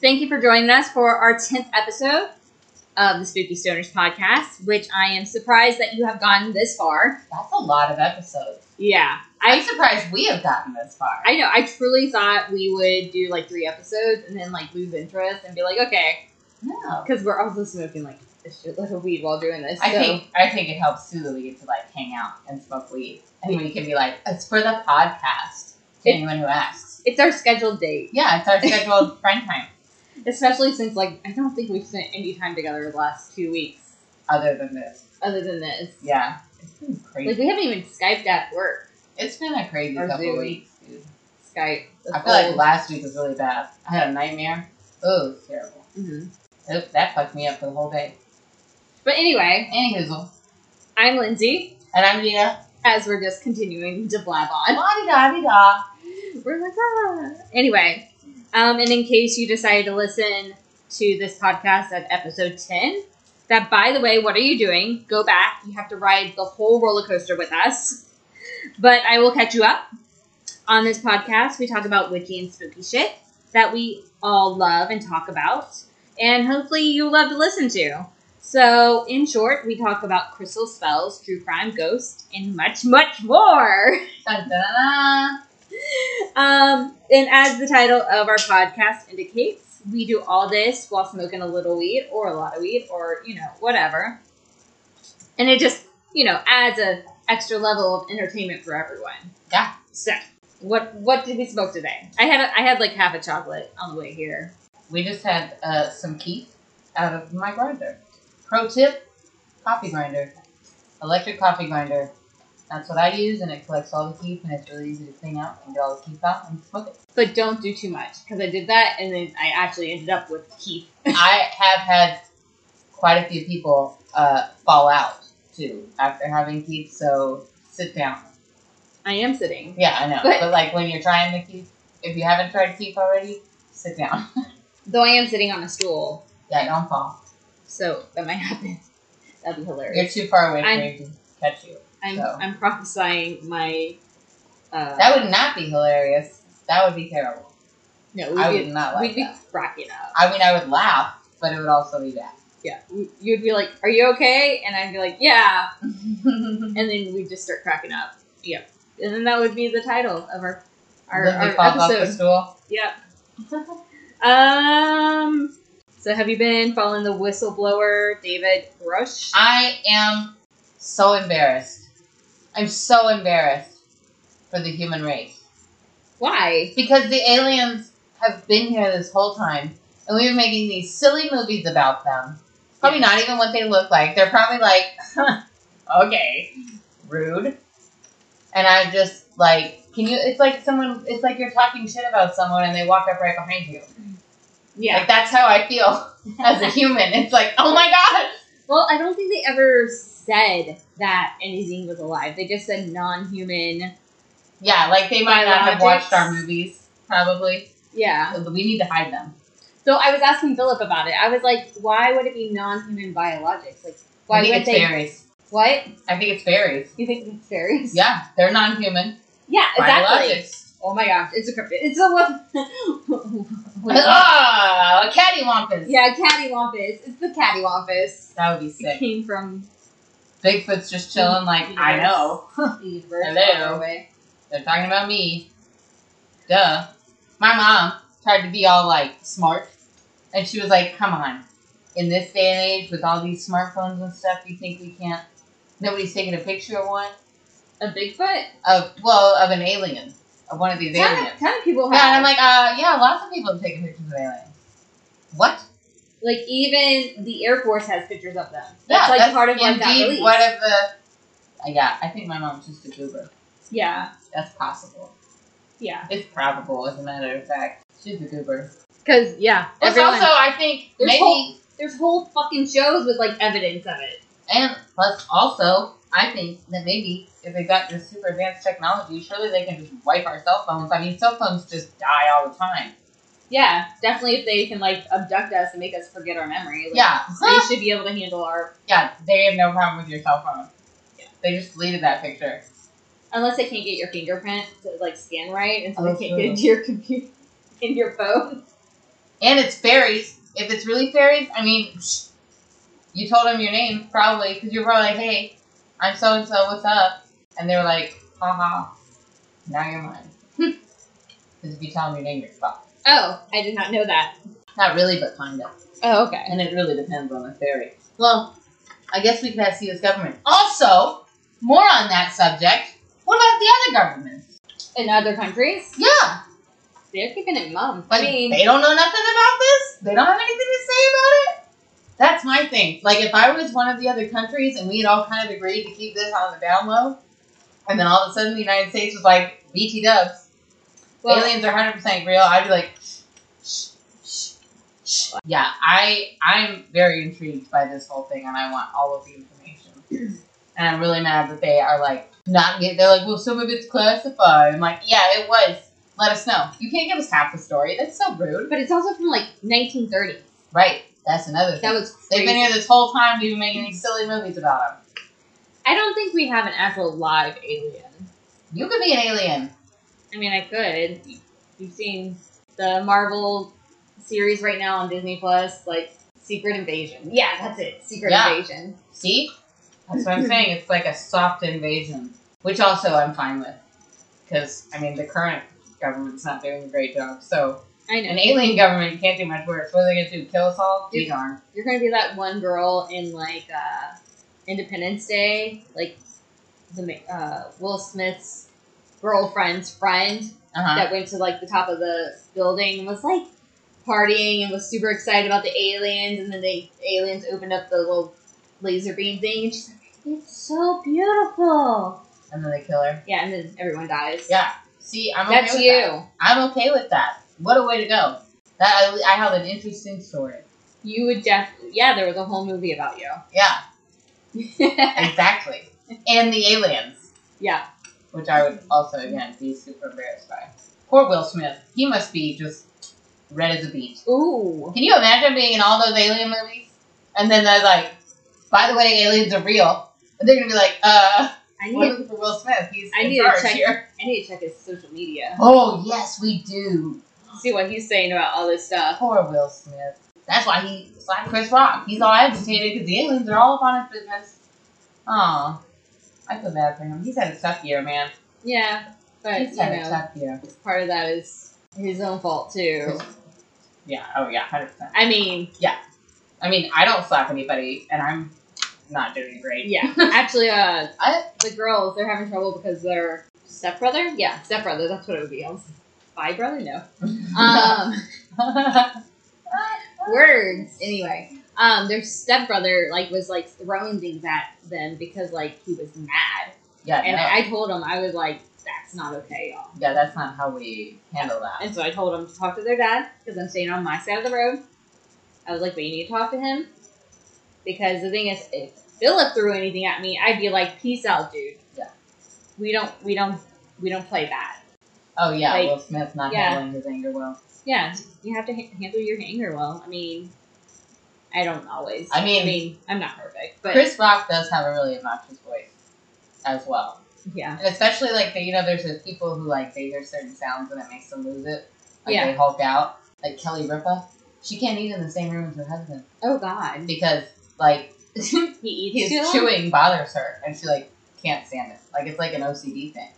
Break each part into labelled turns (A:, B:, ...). A: thank you for joining us for our 10th episode of the Spooky Stoners podcast, which I am surprised that you have gotten this far.
B: That's a lot of episodes.
A: Yeah.
B: I'm surprised we have gotten this far.
A: I know. I truly thought we would do like three episodes and then like lose interest and be like, okay,
B: no.
A: because we're also smoking like a shitload of weed while doing this.
B: I
A: so-
B: think I think it helps too that we get to like hang out and smoke weed, and we can be like, it's for the podcast. To
A: It-
B: anyone who asks,
A: it's our scheduled date,
B: yeah, it's our scheduled friend time.
A: especially since like I don't think we've spent any time together the last two weeks
B: Other than this,
A: other than this.
B: yeah, it's been
A: Like
B: crazy.
A: we haven't even skyped at work.
B: It's been a crazy
A: Or
B: couple
A: Zoom.
B: weeks. Dude.
A: Skype. That's
B: I feel like
A: old.
B: last week was really bad. I had a nightmare. Oh, it's terrible.
A: Mhm.
B: It, that fucked me up for the whole day.
A: But anyway,
B: Anywho,
A: I'm Lindsay.
B: and I'm Gina.
A: As we're just continuing to blab on.
B: La di da di da.
A: We're like, ah. Anyway, um, and in case you decide to listen to this podcast at episode 10, that by the way, what are you doing? Go back. You have to ride the whole roller coaster with us. But I will catch you up. On this podcast, we talk about witchy and spooky shit that we all love and talk about, and hopefully you love to listen to. So, in short, we talk about crystal spells, true crime, ghosts, and much, much more.
B: Dun, dun, dun, dun.
A: Um, and as the title of our podcast indicates, we do all this while smoking a little weed or a lot of weed or you know whatever, and it just you know adds a extra level of entertainment for everyone.
B: Yeah.
A: So what what did we smoke today? I had a, I had like half a chocolate on the way here.
B: We just had uh, some keef out of my grinder. Pro tip: coffee grinder, electric coffee grinder. That's what I use, and it collects all the keef, and it's really easy to clean out and get all the keef out and smoke it.
A: But don't do too much because I did that and then I actually ended up with Keith.
B: I have had quite a few people uh, fall out too after having keef, so sit down.
A: I am sitting.
B: Yeah, I know,
A: But-
B: but like when you're trying the keef, if you haven't tried keef already, sit down.
A: Though I am sitting on a stool,
B: Yeah, don't fall.
A: so that might happen. That'd be hilarious.
B: You're too far away for
A: I'm-
B: it to catch you.
A: I'm
B: So.
A: I'm prophesying my. Uh,
B: That would not be hilarious. That would be terrible.
A: no,
B: I
A: we'd
B: would
A: be,
B: not like
A: we'd be
B: that.
A: cracking up.
B: I mean, I would laugh, but it would also be bad.
A: Yeah, we- you'd be like, "Are you okay?" And I'd be like, "Yeah," and then we'd just start cracking up. Yep, and then that would be the title of our our,
B: Then we
A: our
B: fall off the
A: episode.
B: stool.
A: Yep. Um. So have you been following the whistleblower David Rush?
B: I am so embarrassed. I'm so embarrassed for the human race
A: Why?
B: because the aliens have been here this whole time, and we've been making these silly movies about them. Probably not even what they look like. They're probably like, okay, rude. And I just like, can you? It's like someone. It's like you're talking shit about someone, and they walk up right behind you.
A: Yeah.
B: Like that's how I feel as a human. It's like, oh my god.
A: Well, I don't think they ever said that anything was alive. They just said non-human.
B: Yeah, like they might not have
A: Biologics.
B: watched our movies. Probably,
A: Yeah.
B: we need to hide them.
A: So I was asking Philip about it. I was like, why would it be non-human biologics? Like, why
B: I think
A: would
B: it's
A: they?
B: fairies.
A: What?
B: I think it's fairies.
A: You think it's fairies?
B: Yeah, they're non-human.
A: Yeah, exactly.
B: Biologics.
A: Oh my gosh, it's a cryptid. It's a what?
B: Oh, a cattywampus.
A: yeah, cattywampus. It's the cattywampus.
B: That would be
A: It
B: sick.
A: came from
B: Bigfoot's just chilling. Like I
A: Yes.
B: know
A: the universe.
B: Hello.
A: far away.
B: they're talking about me. Duh. My mom tried to be all like smart, and she was like, "Come on, in this day and age with all these smartphones and stuff, you think we can't? Nobody's taking a picture of one."
A: A Bigfoot.
B: of well of an alien of one of these
A: Kind
B: aliens.
A: of, kind of people
B: Yeah, and I'm
A: have.
B: like, uh, yeah, lots of people have taken pictures of aliens. What?
A: like, even the Air Force has pictures of them. That's
B: yeah,
A: like part of like that
B: indeed
A: release.
B: One of the Uh, yeah, I think my mom's just a goober.
A: yeah,
B: That's possible.
A: yeah.
B: It's probable, as a matter of fact. She's a goober.
A: Because yeah,
B: It's
A: everyone-
B: also, I think,
A: There's
B: maybe,
A: whole- there's whole fucking shows with like evidence of it.
B: and plus also, I think that maybe if they got this super advanced technology, surely they can just wipe our cell phones. I mean, cell phones just die all the time.
A: Yeah, definitely. If they can like abduct us and make us forget our memory, like,
B: Yeah.
A: they should be able to handle our.
B: Yeah, they have no problem with your cell phone. They just deleted that picture.
A: Unless they can't get your fingerprint to like scan right, and so
B: Oh,
A: they can't
B: true.
A: get into your computer, in your phone.
B: And it's fairies. If it's really fairies, I mean, psh, you told them your name probably because you're probably like, hey, I'm so and so. What's up? And they're like, haha, now you're mine. Because if you tell them your name, you're fucked.
A: Oh, I did not know that.
B: Not really, but kind of.
A: Oh, okay.
B: And it really depends on the fairy. Well, I guess we could ask the U.S. government. Also, more on that subject. What about the other governments?
A: In other countries,
B: Yeah.
A: they're keeping it mum.
B: Like,
A: I mean,
B: they don't know nothing about this. They don't have anything to say about it. That's my thing. Like, if I was one of the other countries and we had all kind of agreed to keep this on the down low, and then all of a sudden the United States was like, BT dubs,
A: well,
B: aliens are 100% real, I'd be like, shh, shh, shh. Yeah, I, I'm very intrigued by this whole thing, and I want all of the information. And I'm really mad that they are like, not get, they're like, well, some of it's classified. I'm like, yeah, it was. Let us know. You can't give us half the story. That's so rude.
A: but it's also from like 1930.
B: Right. That's another thing.
A: That was
B: They've
A: crazy.
B: been here this whole time. We've been making these silly movies about them.
A: I don't think we have an actual live alien.
B: You could be an alien.
A: I mean, I could. You've seen the Marvel series right now on Disney Plus, like Secret Invasion. Yeah, that's it. Secret
B: Yeah.
A: Invasion.
B: See? That's what I'm saying. It's like a soft invasion, which also I'm fine with. Because, I mean, the current government's not doing a great job. So,
A: I know.
B: an alien government can't do much worse. What are they going to do? Kill us all? Be
A: Dude.
B: darn.
A: You're gonna be that one girl in like uh, Independence Day, like the ma- uh, Will Smith's girlfriend's friend
B: Uh huh.
A: that went to like the top of the building and was like partying and was super excited about the aliens and then the aliens opened up the little laser beam thing and she's like it's so beautiful
B: And then they kill her.
A: yeah and then everyone dies
B: Yeah. See, I'm okay
A: that's
B: with
A: you
B: that. I'm okay with that. What a way to go. That I, I have an interesting story.
A: you would definitely yeah there was a whole movie about you
B: Yeah, exactly. and the aliens.
A: yeah
B: which I would also again be super embarrassed by. Poor Will Smith. He must be just red as a beet.
A: ooh
B: Can you imagine being in all those alien movies? And then they're like, by the way, aliens are real. And they're gonna be like, uh,
A: i
B: we're
A: need
B: looking for Will Smith. He's
A: I
B: in
A: need to
B: charge
A: check-
B: here.
A: i need to check his social media
B: Oh yes, we do.
A: see what he's saying about all this stuff
B: Poor Will Smith. That's why he slapped Chris Rock. He's all agitated because the aliens are all up on his business. Aw. I feel bad for him. He's had a tough year, man.
A: yeah but you
B: He's had a
A: know
B: tough year.
A: part of that is his own fault too
B: Yeah, oh yeah, 100%.
A: i mean
B: I mean, I don't slap anybody, and I'm not doing great.
A: Yeah, actually, uh,
B: I-
A: the girls they're having trouble because their stepbrother, yeah, stepbrother, that's what it would be. I was spy brother, no. Um, words anyway. Um, their stepbrother like was like throwing things at them because like he was mad,
B: yeah,
A: and
B: no.
A: I, I told him I was like, that's not okay, y'all.
B: yeah, that's not how we handle that.
A: And so I told him to talk to their dad because I'm staying on my side of the road. I was like, but you need to talk to him because the thing is, if Philip threw anything at me, I'd be like, peace out, dude.
B: Yeah.
A: We don't, we don't, we don't play that.
B: Oh yeah,
A: Like,
B: Will Smith not
A: yeah.
B: handling his anger well.
A: Yeah, you have to ha- handle your anger well. I mean, I don't always.
B: I mean-
A: I mean, I'm not perfect, but
B: Chris Rock does have a really obnoxious voice as well,
A: yeah,
B: and especially like they, you know, there's those people who like they hear certain sounds and it makes them lose it. Like
A: Yeah.
B: they hulk out. Like Kelly Ripa, she can't eat in the same room as her husband
A: oh god,
B: because like
A: he eats
B: his
A: too long.
B: chewing bothers her, and she like can't stand it. Like it's like an OCD thing.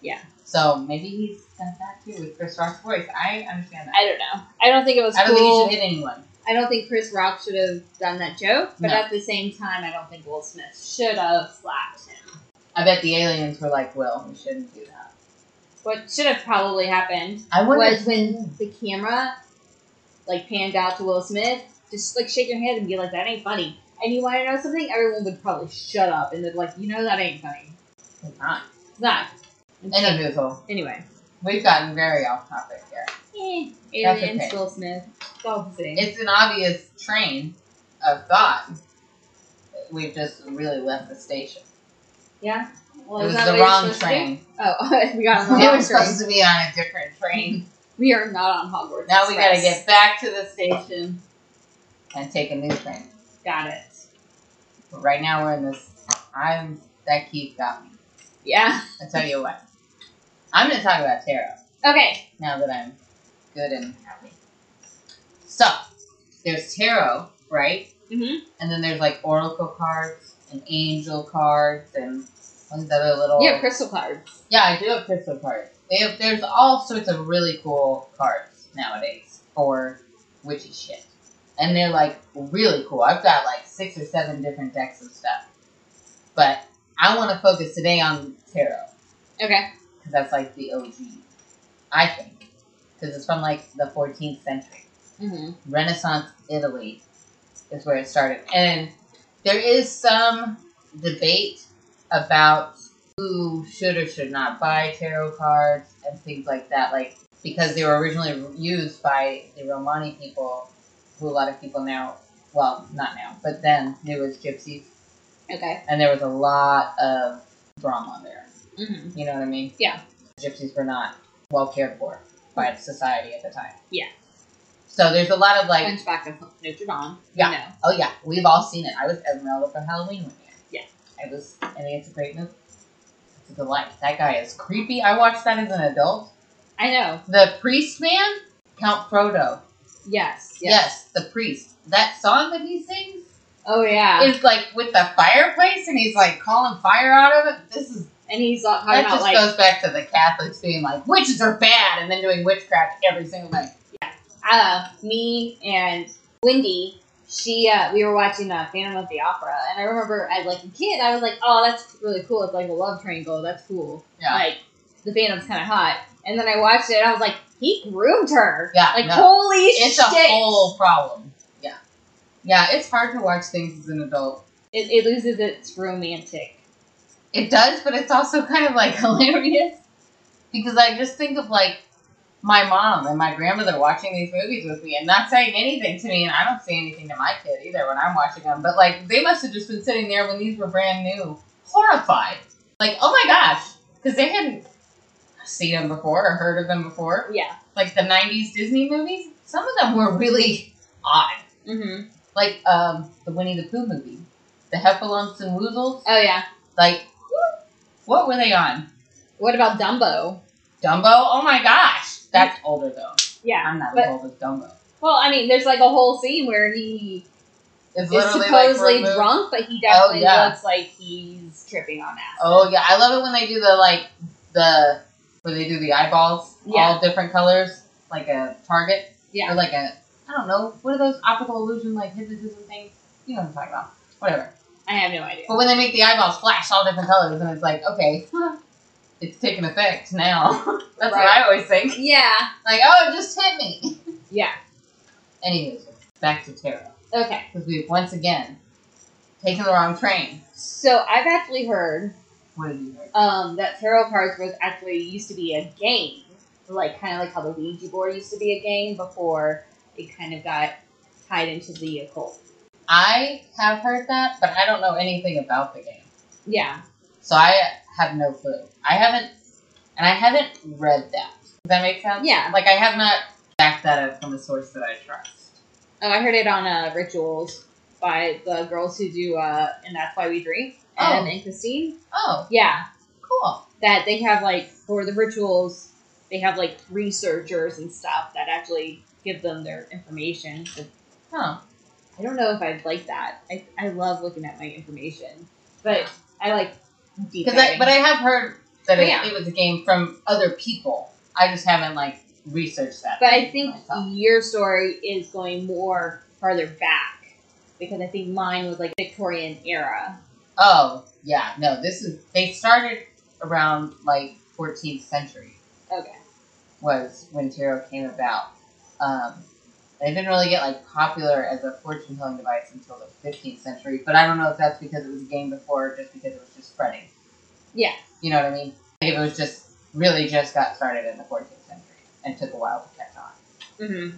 A: Yeah.
B: So maybe he's got that too with Chris Rock's voice. I understand that.
A: I don't know. I don't think it was
B: I don't
A: cool.
B: think he should hit anyone.
A: I don't think Chris Rock should have done that joke, but
B: No.
A: at the same time, I don't think Will Smith should have slapped him.
B: I bet the aliens were like, "Will, we shouldn't do that."
A: What should have probably happened
B: I wonder.
A: was when the camera like panned out to Will Smith, just like shake your hand and be like, "That ain't funny." And you want to know something? Everyone would probably shut up and they'd be like, "You know that ain't funny."
B: It's not.
A: It's not. And so-
B: Anywho,
A: anyway,
B: we've gotten very off topic here.
A: eh,
B: That's
A: aliens,
B: okay.
A: Will Smith, it's all the same.
B: It's an obvious train of thought. We've just really left the station.
A: yeah. Well, is
B: it was
A: that
B: the
A: what you're
B: wrong
A: supposed to
B: train.
A: do? Oh, we got on the
B: They were
A: wrong train.
B: supposed to be on a different train.
A: We are not on Hogwarts.
B: Now we gotta
A: Express.
B: get back to the station and take a new train.
A: got it.
B: But right now we're in this. I'm that Keith got me.
A: Yeah.
B: I tell you what, I'm gonna talk about tarot
A: Okay.
B: now that I'm good and happy. So there's tarot, right?
A: Mm-hmm.
B: And then there's like oracle cards and angel cards and what's the other little
A: Yeah, crystal cards.
B: Yeah, I do have crystal cards. They have, there's all sorts of really cool cards nowadays for witchy shit. And they're like really cool. I've got like six or seven different decks of stuff. But I want to focus today on tarot
A: Okay.
B: because that's like the OG, I think. Because it's from like the 14th century.
A: Mm-hmm.
B: Renaissance Italy is where it started. And there is some debate about who should or should not buy tarot cards and things like that, like because they were originally used by the Romani people, who a lot of people now, well, not now, but then knew as gypsies.
A: Okay.
B: And there was a lot of drama there.
A: Mm-hmm.
B: You know what I mean?
A: Yeah.
B: Gypsies were not well cared for by society at the time.
A: Yeah.
B: So there's a lot of like
A: Hunchback of Notre Dame. You
B: Yeah.
A: know.
B: Oh yeah, we've all seen it. I was Esmeralda for Halloween one year.
A: Yeah.
B: it was. I think it's a great movie. It's a delight. That guy is creepy. I watched that as an adult.
A: I know.
B: The priest man, Count Frodo.
A: Yes. Yes.
B: Yes, the priest. That song that he sings
A: Oh yeah.
B: is like with the fireplace, and he's like calling fire out of it. This is
A: and he's not talking
B: that
A: about
B: just
A: like
B: goes back to the Catholics being like witches are bad, and then doing witchcraft every single night.
A: uh, me and Wendy, she uh, we were watching uh, Phantom of the Opera, and I remember as like a kid, I was like, "Oh, that's really cool. It's like a love triangle. That's cool.
B: Yeah.
A: Like the Phantom's kind of hot." And then I watched it, and I was like, "He groomed her.
B: Yeah,
A: Like
B: no.
A: holy
B: It's
A: shit!
B: a whole problem. Yeah, yeah. It's hard to watch things as an adult.
A: it, it loses its romantic.
B: It does, but it's also kind of like hilarious because I just think of like my mom and my grandmother watching these movies with me and not saying anything to me, and I don't say anything to my kid either when I'm watching them. But like they must have just been sitting there when these were brand new, horrified, like oh my gosh, because they hadn't seen them before or heard of them before.
A: Yeah.
B: Like the '90s Disney movies, some of them were really odd,
A: Mm-hmm.
B: like um, the Winnie the Pooh movie, the Heffalumps and Woozles.
A: Oh yeah.
B: Like, what were they on?
A: What about Dumbo?
B: Dumbo? Oh my gosh. That's older though.
A: Yeah.
B: I'm not
A: But-
B: as old as Dumbo.
A: Well, I mean, there's like a whole scene where he
B: It's
A: is
B: literally like,
A: supposedly
B: removed- Oh,
A: drunk, but he definitely
B: yeah.
A: looks like he's tripping on acid.
B: Oh yeah, I love it when they do the like the where they do the eyeballs,
A: Yeah.
B: all different colors, like a target
A: Yeah.
B: or like a I don't know what are those optical illusion like hypnotism things? You know what I'm talking about. Whatever.
A: I have no idea.
B: But when they make the eyeballs flash all different colors, and it's like okay, huh, it's taking effect now. That's what
A: Right.
B: I always think.
A: Yeah.
B: Like oh, it just hit me.
A: Yeah.
B: Anyways, back to tarot.
A: Okay.
B: because we've once again taken the wrong train.
A: So I've actually heard
B: What did you hear?
A: um, that tarot cards was actually used to be a game, like kind of like how the Ouija board used to be a game before it kind of got tied into the occult.
B: I have heard that, but I don't know anything about the game,
A: Yeah.
B: so I have no clue. I haven't, and I haven't read that. Does that make sense?
A: Yeah.
B: Like I have not backed that up from a source that I trust.
A: Oh, I heard it on uh, Rituals by the girls who do uh, and that's why we drink. Em
B: Oh.
A: and Christine.
B: Oh,
A: Yeah.
B: cool.
A: That they have like for the rituals, they have like researchers and stuff that actually give them their information for
B: Huh.
A: I don't know if I'd like that. I, I love looking at my information, but I like deep
B: Because I,
A: diving.
B: but I have heard that
A: But
B: it,
A: Oh, yeah.
B: it was a game from other people. I just haven't like researched that.
A: But I think
B: myself.
A: your story is going more farther back because I think mine was like Victorian era.
B: Oh yeah, no. This is they started around like 14th century.
A: Okay.
B: was when tarot came about. Um, and it didn't really get like popular as a fortune telling device until the 15th century, but I don't know if that's because it was a game before, or just because it was just spreading.
A: Yeah.
B: You know what I mean? Like if it was just really just got started in the 14th century and took a while to catch on.
A: Mm-hmm.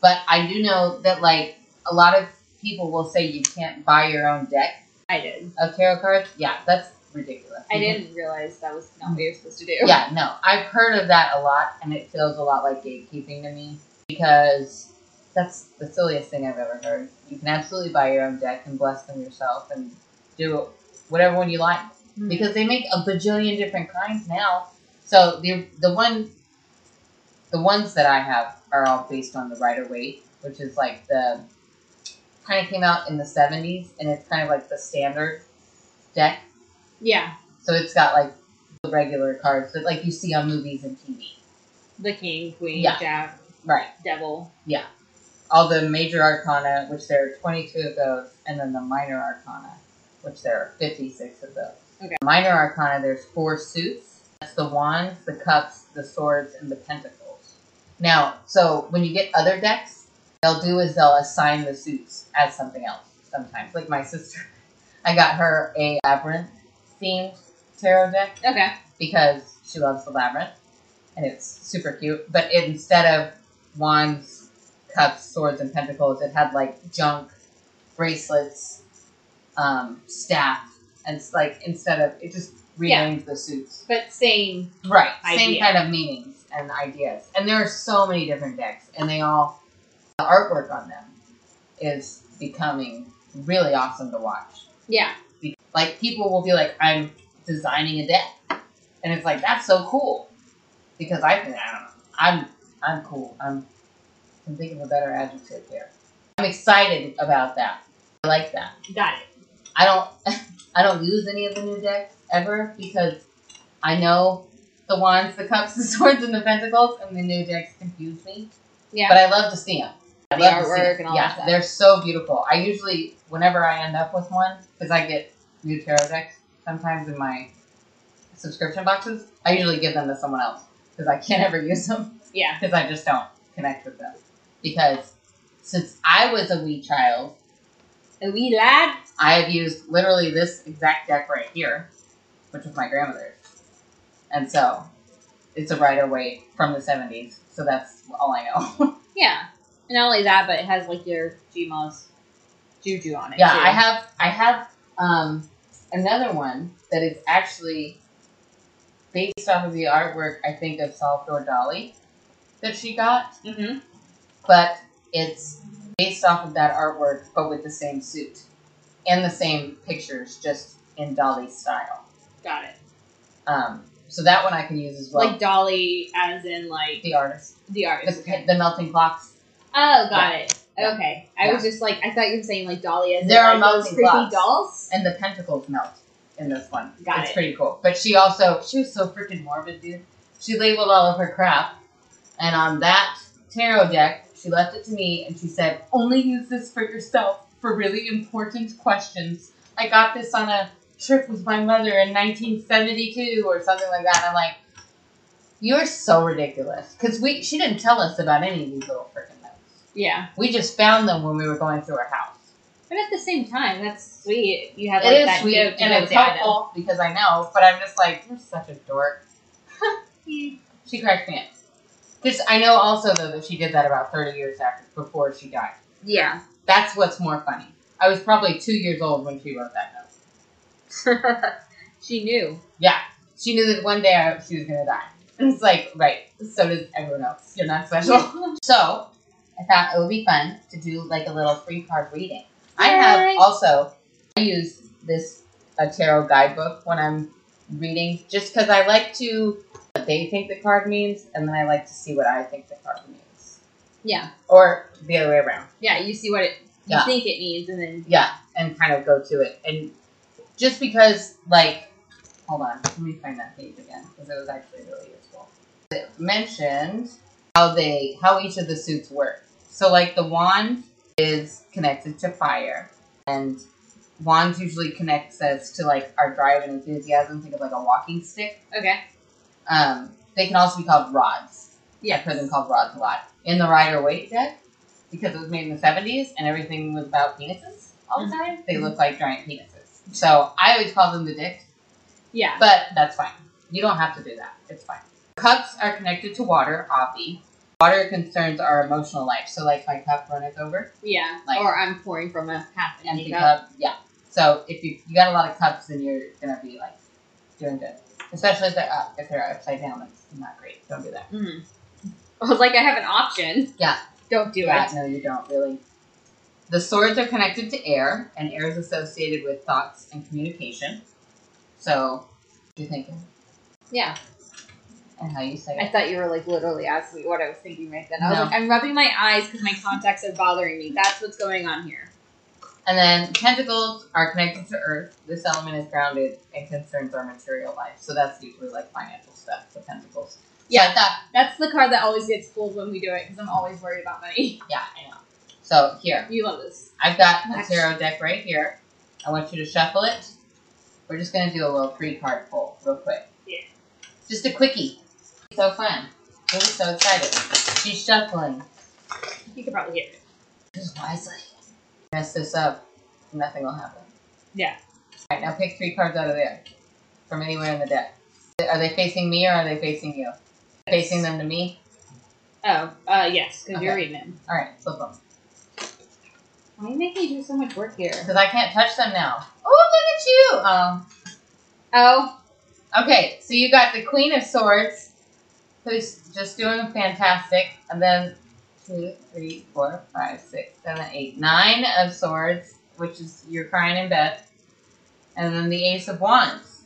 B: But I do know that like a lot of people will say you can't buy your own deck
A: I did.
B: of tarot cards. Yeah, that's ridiculous.
A: I didn't realize that was not what you're supposed to do.
B: Mm-hmm. yeah, no, I've heard of that a lot, and it feels a lot like gatekeeping to me because that's the silliest thing I've ever heard. You can absolutely buy your own deck and bless them yourself and do whatever one you like
A: Mhm.
B: because they make a bajillion different kinds now. So the the one the ones that I have are all based on the Rider Waite which is like the kind of came out in the 70s and it's kind of like the standard deck.
A: Yeah,
B: So it's got like the regular cards that like you see on movies and TV.
A: the king, queen,
B: Yeah.
A: jack,
B: Right.
A: devil.
B: All the major arcana, which there are 22 of those, and then the minor arcana, which there are 56 of those.
A: Okay.
B: Minor arcana, there's four suits. That's the wands, the cups, the swords, and the pentacles. Now, so when you get other decks, they'll do is they'll assign the suits as something else sometimes. Like my sister, I got her a labyrinth themed tarot deck
A: Okay.
B: because she loves the labyrinth and it's super cute. But instead of wands, cups, swords, and pentacles, it had like junk, bracelets, um, staff, and it's like instead of it just renamed the suits.
A: But same.
B: Right. Same
A: Idea.
B: kind of meanings and ideas. And there are so many different decks, and they all the artwork on them is becoming really awesome to watch
A: Yeah.
B: like people will be like i'm designing a deck and it's like that's so cool because i think i don't know i'm i'm cool i'm I can think of a better adjective here i'm excited about that i like that
A: Got it.
B: i don't i don't use any of the new decks ever because i know the wands the cups the swords and the pentacles and the new decks confuse me
A: Yeah.
B: but i love to see them
A: The artwork and all
B: yeah,
A: that stuff.
B: they're so beautiful. I usually, whenever I end up with one, because I get new tarot decks sometimes in my subscription boxes, I usually give them to someone else because I can't ever use them
A: yeah.
B: because I just don't connect with them. Because since I was a wee child,
A: A wee lad.
B: I have used literally this exact deck right here, which was my grandmother's. And so it's a Rider Waite from the 70s, so that's all I know.
A: Yeah. And not only that, but it has like your Gma's juju on it.
B: Yeah,
A: too.
B: I have I have um, another one that is actually based off of the artwork I think of Salvador Dali that she got,
A: Mhm.
B: but it's based off of that artwork but with the same suit and the same pictures just in Dali's style.
A: Got it.
B: Um, so that one I can use as well.
A: like Dolly, as in like
B: the artist,
A: the
B: the,
A: artist. Okay.
B: the melting clocks.
A: Oh, got it.
B: Yeah.
A: Okay. I was just like, I thought you were saying like Dolly as in,
B: There are
A: like, those
B: melting
A: creepy
B: pots.
A: dolls.
B: and the pentacles melt in this one.
A: Got
B: it's
A: it.
B: pretty cool. But she also she was so freaking morbid, dude. She labeled all of her crap, and on that tarot deck, she left it to me, and she said, "Only use this for yourself for really important questions." I got this on a trip with my mother in 1972 or something like that. And I'm like, "You're so ridiculous," because we she didn't tell us about any of these little freaking notes.
A: Yeah.
B: We just found them when we were going through her house.
A: But at the same time, that's sweet. You have
B: It
A: like
B: is
A: that
B: sweet
A: note to
B: and
A: go
B: it's
A: down to.
B: helpful because I know, but I'm just like, you're such a dork. She cracks me up. Because I know also though that she did that about 30 years after before she died.
A: Yeah.
B: That's what's more funny. I was probably two years old when she wrote that note.
A: she knew.
B: Yeah, she knew that one day I, she was gonna die. And it's like, right? So does everyone else. You're not special. so I thought it would be fun to do like a little free card reading. I
A: Yay.
B: have also I use this a tarot guidebook when I'm reading just because I like to what they think the card means, and then I like to see what I think the card means,
A: Yeah.
B: or the other way around.
A: Yeah. You see what it you
B: Yeah.
A: think it needs, and then
B: Yeah, and kind of go to it, and just because like, hold on, let me find that page again because it was actually really useful. It mentioned how they how each of the suits work. So like the wand is connected to fire, and wands usually connects us to like our drive and enthusiasm. Think of like a walking stick.
A: okay.
B: Um, they can also be called rods.
A: Yeah.
B: I've heard them called rods a lot in the Rider Waite deck because it was made in the seventies and everything was about penises all the time. They look like giant penises, so I always call them the dicks.
A: Yeah.
B: But that's fine. You don't have to do that. It's fine. Cups are connected to water, obvi. Water concerns our emotional life. So, like my cup runneth over,
A: Yeah.
B: Like-
A: or I'm pouring from a half
B: empty
A: empty cup.
B: cup. Yeah. So if you you got a lot of cups, then you're gonna be like doing good. Especially if they're up. If they're upside down, that's not great. Don't do that.
A: Mhm. I was like, I have an option.
B: Yeah.
A: Don't do
B: yeah,
A: it.
B: no, you don't really. The swords are connected to air, and air is associated with thoughts and communication. So, what you thinking?
A: Yeah.
B: And and how you say
A: I
B: it.
A: thought you were like literally asking me what I was thinking right then. I was
B: No.
A: like, I'm rubbing my eyes because my contacts are bothering me. That's what's going on here.
B: And then tentacles are connected to Earth. This element is grounded and concerns our material life. So that's usually like financial stuff, the tentacles. Yeah, that.
A: That's the card that always gets pulled when we do it because I'm always worried about money.
B: Yeah, I know. So here,
A: You love this.
B: I've got the
A: Nice.
B: tarot deck right here. I want you to shuffle it. We're just gonna do a little three-card pull, real quick.
A: Yeah.
B: Just a quickie. So fun. We're just so excited. She's shuffling.
A: You could probably hear it.
B: Just wisely. Mess this up, nothing will happen.
A: Yeah.
B: All right, now pick three cards out of there from anywhere in the deck. Are they facing me or are they facing you? Facing them to me?
A: Oh, uh, yes, because you're
B: Okay.
A: reading them.
B: All right, flip them.
A: Why do you make me do so much work here?
B: Because I can't touch them now. Oh, look at you! Um,
A: Oh,
B: okay, so you got the Queen of Swords, who's just doing fantastic. And then two, three, four, five, six, seven, eight, nine of Swords, which is you're crying in bed. And then the Ace of Wands.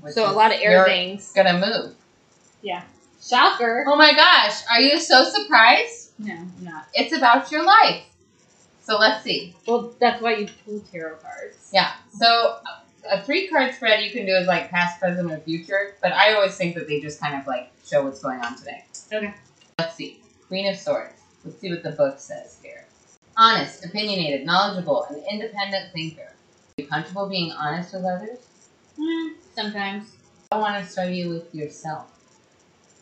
B: which
A: so a
B: is
A: lot of air
B: you're
A: things.
B: Gonna move.
A: Shocker.
B: Oh my gosh, are you so surprised?
A: No, I'm not.
B: It's about your life. So let's see.
A: Well, that's why you pull tarot cards.
B: Yeah. So uh, a three card spread you can do is like past, present, and future, but I always think that they just kind of like show what's going on today.
A: Okay.
B: Let's see. Queen of Swords. Let's see what the book says here. Honest, opinionated, knowledgeable, and independent thinker. Are you comfortable being honest with others?
A: Mm, sometimes.
B: I want to show you with yourself.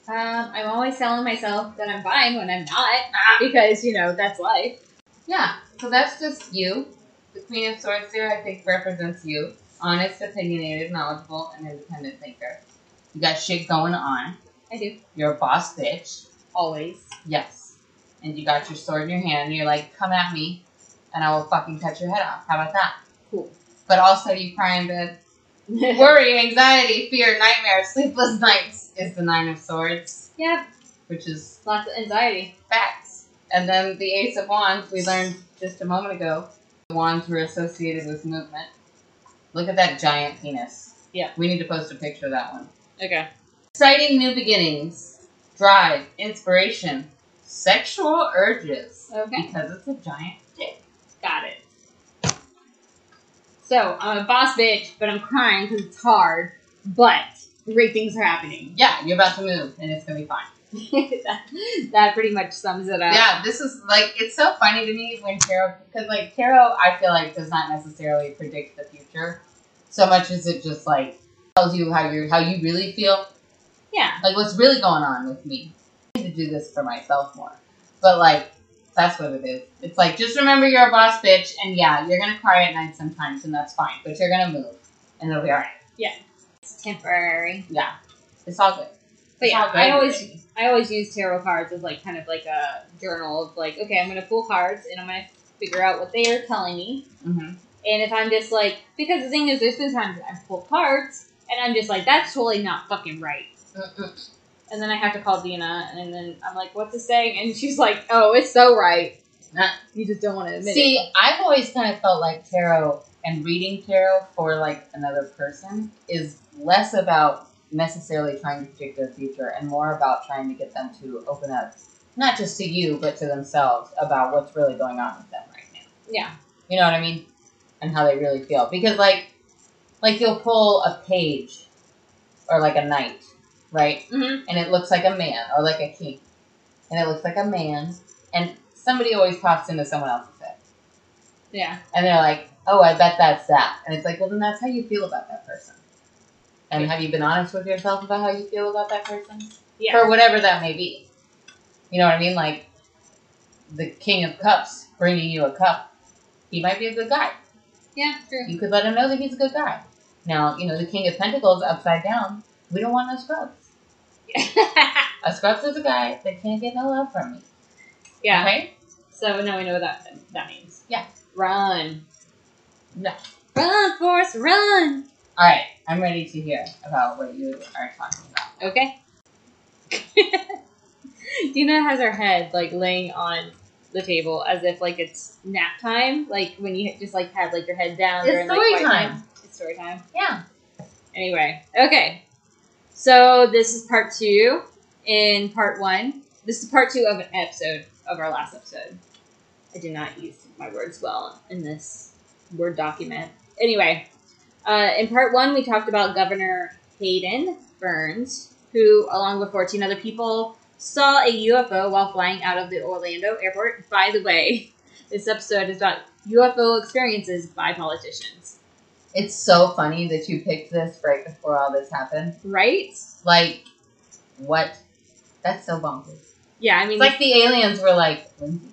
A: Um, I'm always telling myself that I'm fine when I'm not
B: Ah.
A: because you know that's life.
B: Yeah, so that's just you. The Queen of Swords there, I think, represents you. Honest, opinionated, knowledgeable, and independent thinker. You got shit going on.
A: I do
B: You're a boss bitch.
A: always.
B: Yes. And you got your sword in your hand, and you're like, come at me, and I will fucking cut your head off. How about that?
A: Cool.
B: But also, you cry in bed. Worry, anxiety, fear, nightmare, sleepless nights is the Nine of Swords,
A: yeah,
B: which is
A: lots of anxiety.
B: facts. And then the Ace of Wands, we learned just a moment ago, the wands were associated with movement. Look at that giant penis.
A: Yeah.
B: We need to post a picture of that one.
A: Okay.
B: Exciting new beginnings, drive, inspiration, sexual urges.
A: Okay.
B: Because it's a giant dick.
A: Got it. So I'm a boss bitch, but I'm crying because it's hard. But great things are happening.
B: Yeah, you're about to move and it's gonna be fine.
A: that, that pretty much sums it up.
B: yeah, this is like it's so funny to me when tarot because like tarot I feel like does not necessarily predict the future so much as it just like tells you how you how you really feel
A: Yeah.
B: like what's really going on with me. I need to do this for myself more. But like that's what it is. It's like just remember you're a boss bitch and yeah, you're gonna cry at night sometimes and that's fine, but you're gonna move and it'll be alright.
A: It's temporary.
B: Yeah. It's all good.
A: But
B: It's
A: yeah,
B: all good.
A: I always I always use tarot cards as like kind of like a journal of like okay, I'm gonna pull cards and I'm gonna figure out what they are telling me.
B: Mhm.
A: And if I'm just like, because the thing is, there's been times that I've pulled cards, and I'm just like, that's totally not fucking right.
B: Mm-mm.
A: And then I have to call Dina, and then I'm like, what's this saying? And she's like, oh, it's so right.
B: Nah.
A: You just don't want to admit it.
B: See, I've always kind of felt like tarot and reading tarot for like another person is less about necessarily trying to predict their future and more about trying to get them to open up, not just to you, but to themselves about what's really going on with them right now.
A: Yeah.
B: You know what I mean? And how they really feel. Because like like you'll pull a page or like a knight, right?
A: Mhm.
B: And it looks like a man or like a king. And it looks like a man. And somebody always pops into someone else's head.
A: Yeah.
B: And they're like, Oh, I bet that's that. And it's like, well then that's how you feel about that person. And have you been honest with yourself about how you feel about that person?
A: Yeah.
B: for whatever that may be. You know what I mean? Like the King of Cups bringing you a cup, he might be a good guy.
A: yeah, true.
B: You could let him know that he's a good guy. Now, you know, the King of Pentacles upside down, we don't want no scrubs. A scrubs is a guy that can't get no love from me.
A: yeah.
B: Okay?
A: So now we know what that, that means.
B: Yeah.
A: Run.
B: No.
A: Run, Forrest, run.
B: All right, I'm ready to hear about what you are talking about.
A: Okay. Dina has her head like laying on the table as if like it's nap time, like when you just like had like your head down.
B: It's
A: during, like,
B: story
A: quiet
B: time.
A: It's story time.
B: Yeah.
A: Anyway, okay. So this is part two in part one. This is part two of an episode of our last episode. I do not use my words well in this Word document. Anyway, uh, in part one, we talked about Governor Hayden Burns, who, along with 14 other people, saw a UFO while flying out of the Orlando airport. By the way, this episode is about UFO experiences by politicians,
B: It's so funny that you picked this right before all this happened.
A: right?
B: Like, what? That's so bonkers.
A: Yeah, I mean,
B: It's like the aliens were like, Lindsay,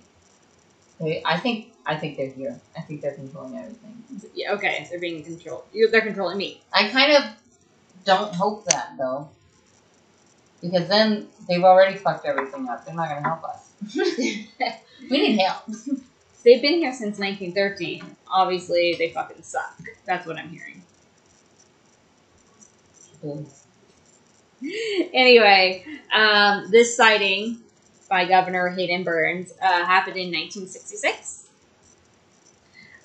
B: they, I think, I think they're here. I think they're controlling everything.
A: yeah, okay, they're being controlled. You're, they're controlling me.
B: I kind of don't hope that though, because then they've already fucked everything up. They're not gonna help us. We need help.
A: They've been here since 1930. Obviously, they fucking suck. That's what I'm hearing. anyway, um, this sighting by Governor Hayden Burns uh, happened in 1966.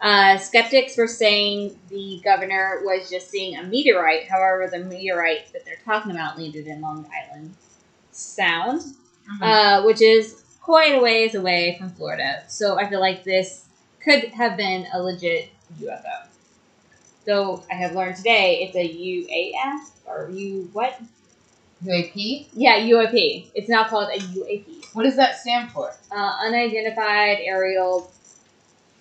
A: Uh, skeptics were saying the governor was just seeing a meteorite. However, the meteorite that they're talking about landed in Long Island Sound,
B: Hmm.
A: uh, which is quite a ways away from Florida. So I feel like this could have been a legit UFO. Though I have learned today it's a UAF or U what?
B: UAP.
A: Yeah, UAP. It's now called a UAP,
B: What does that stand for?
A: uh, unidentified aerial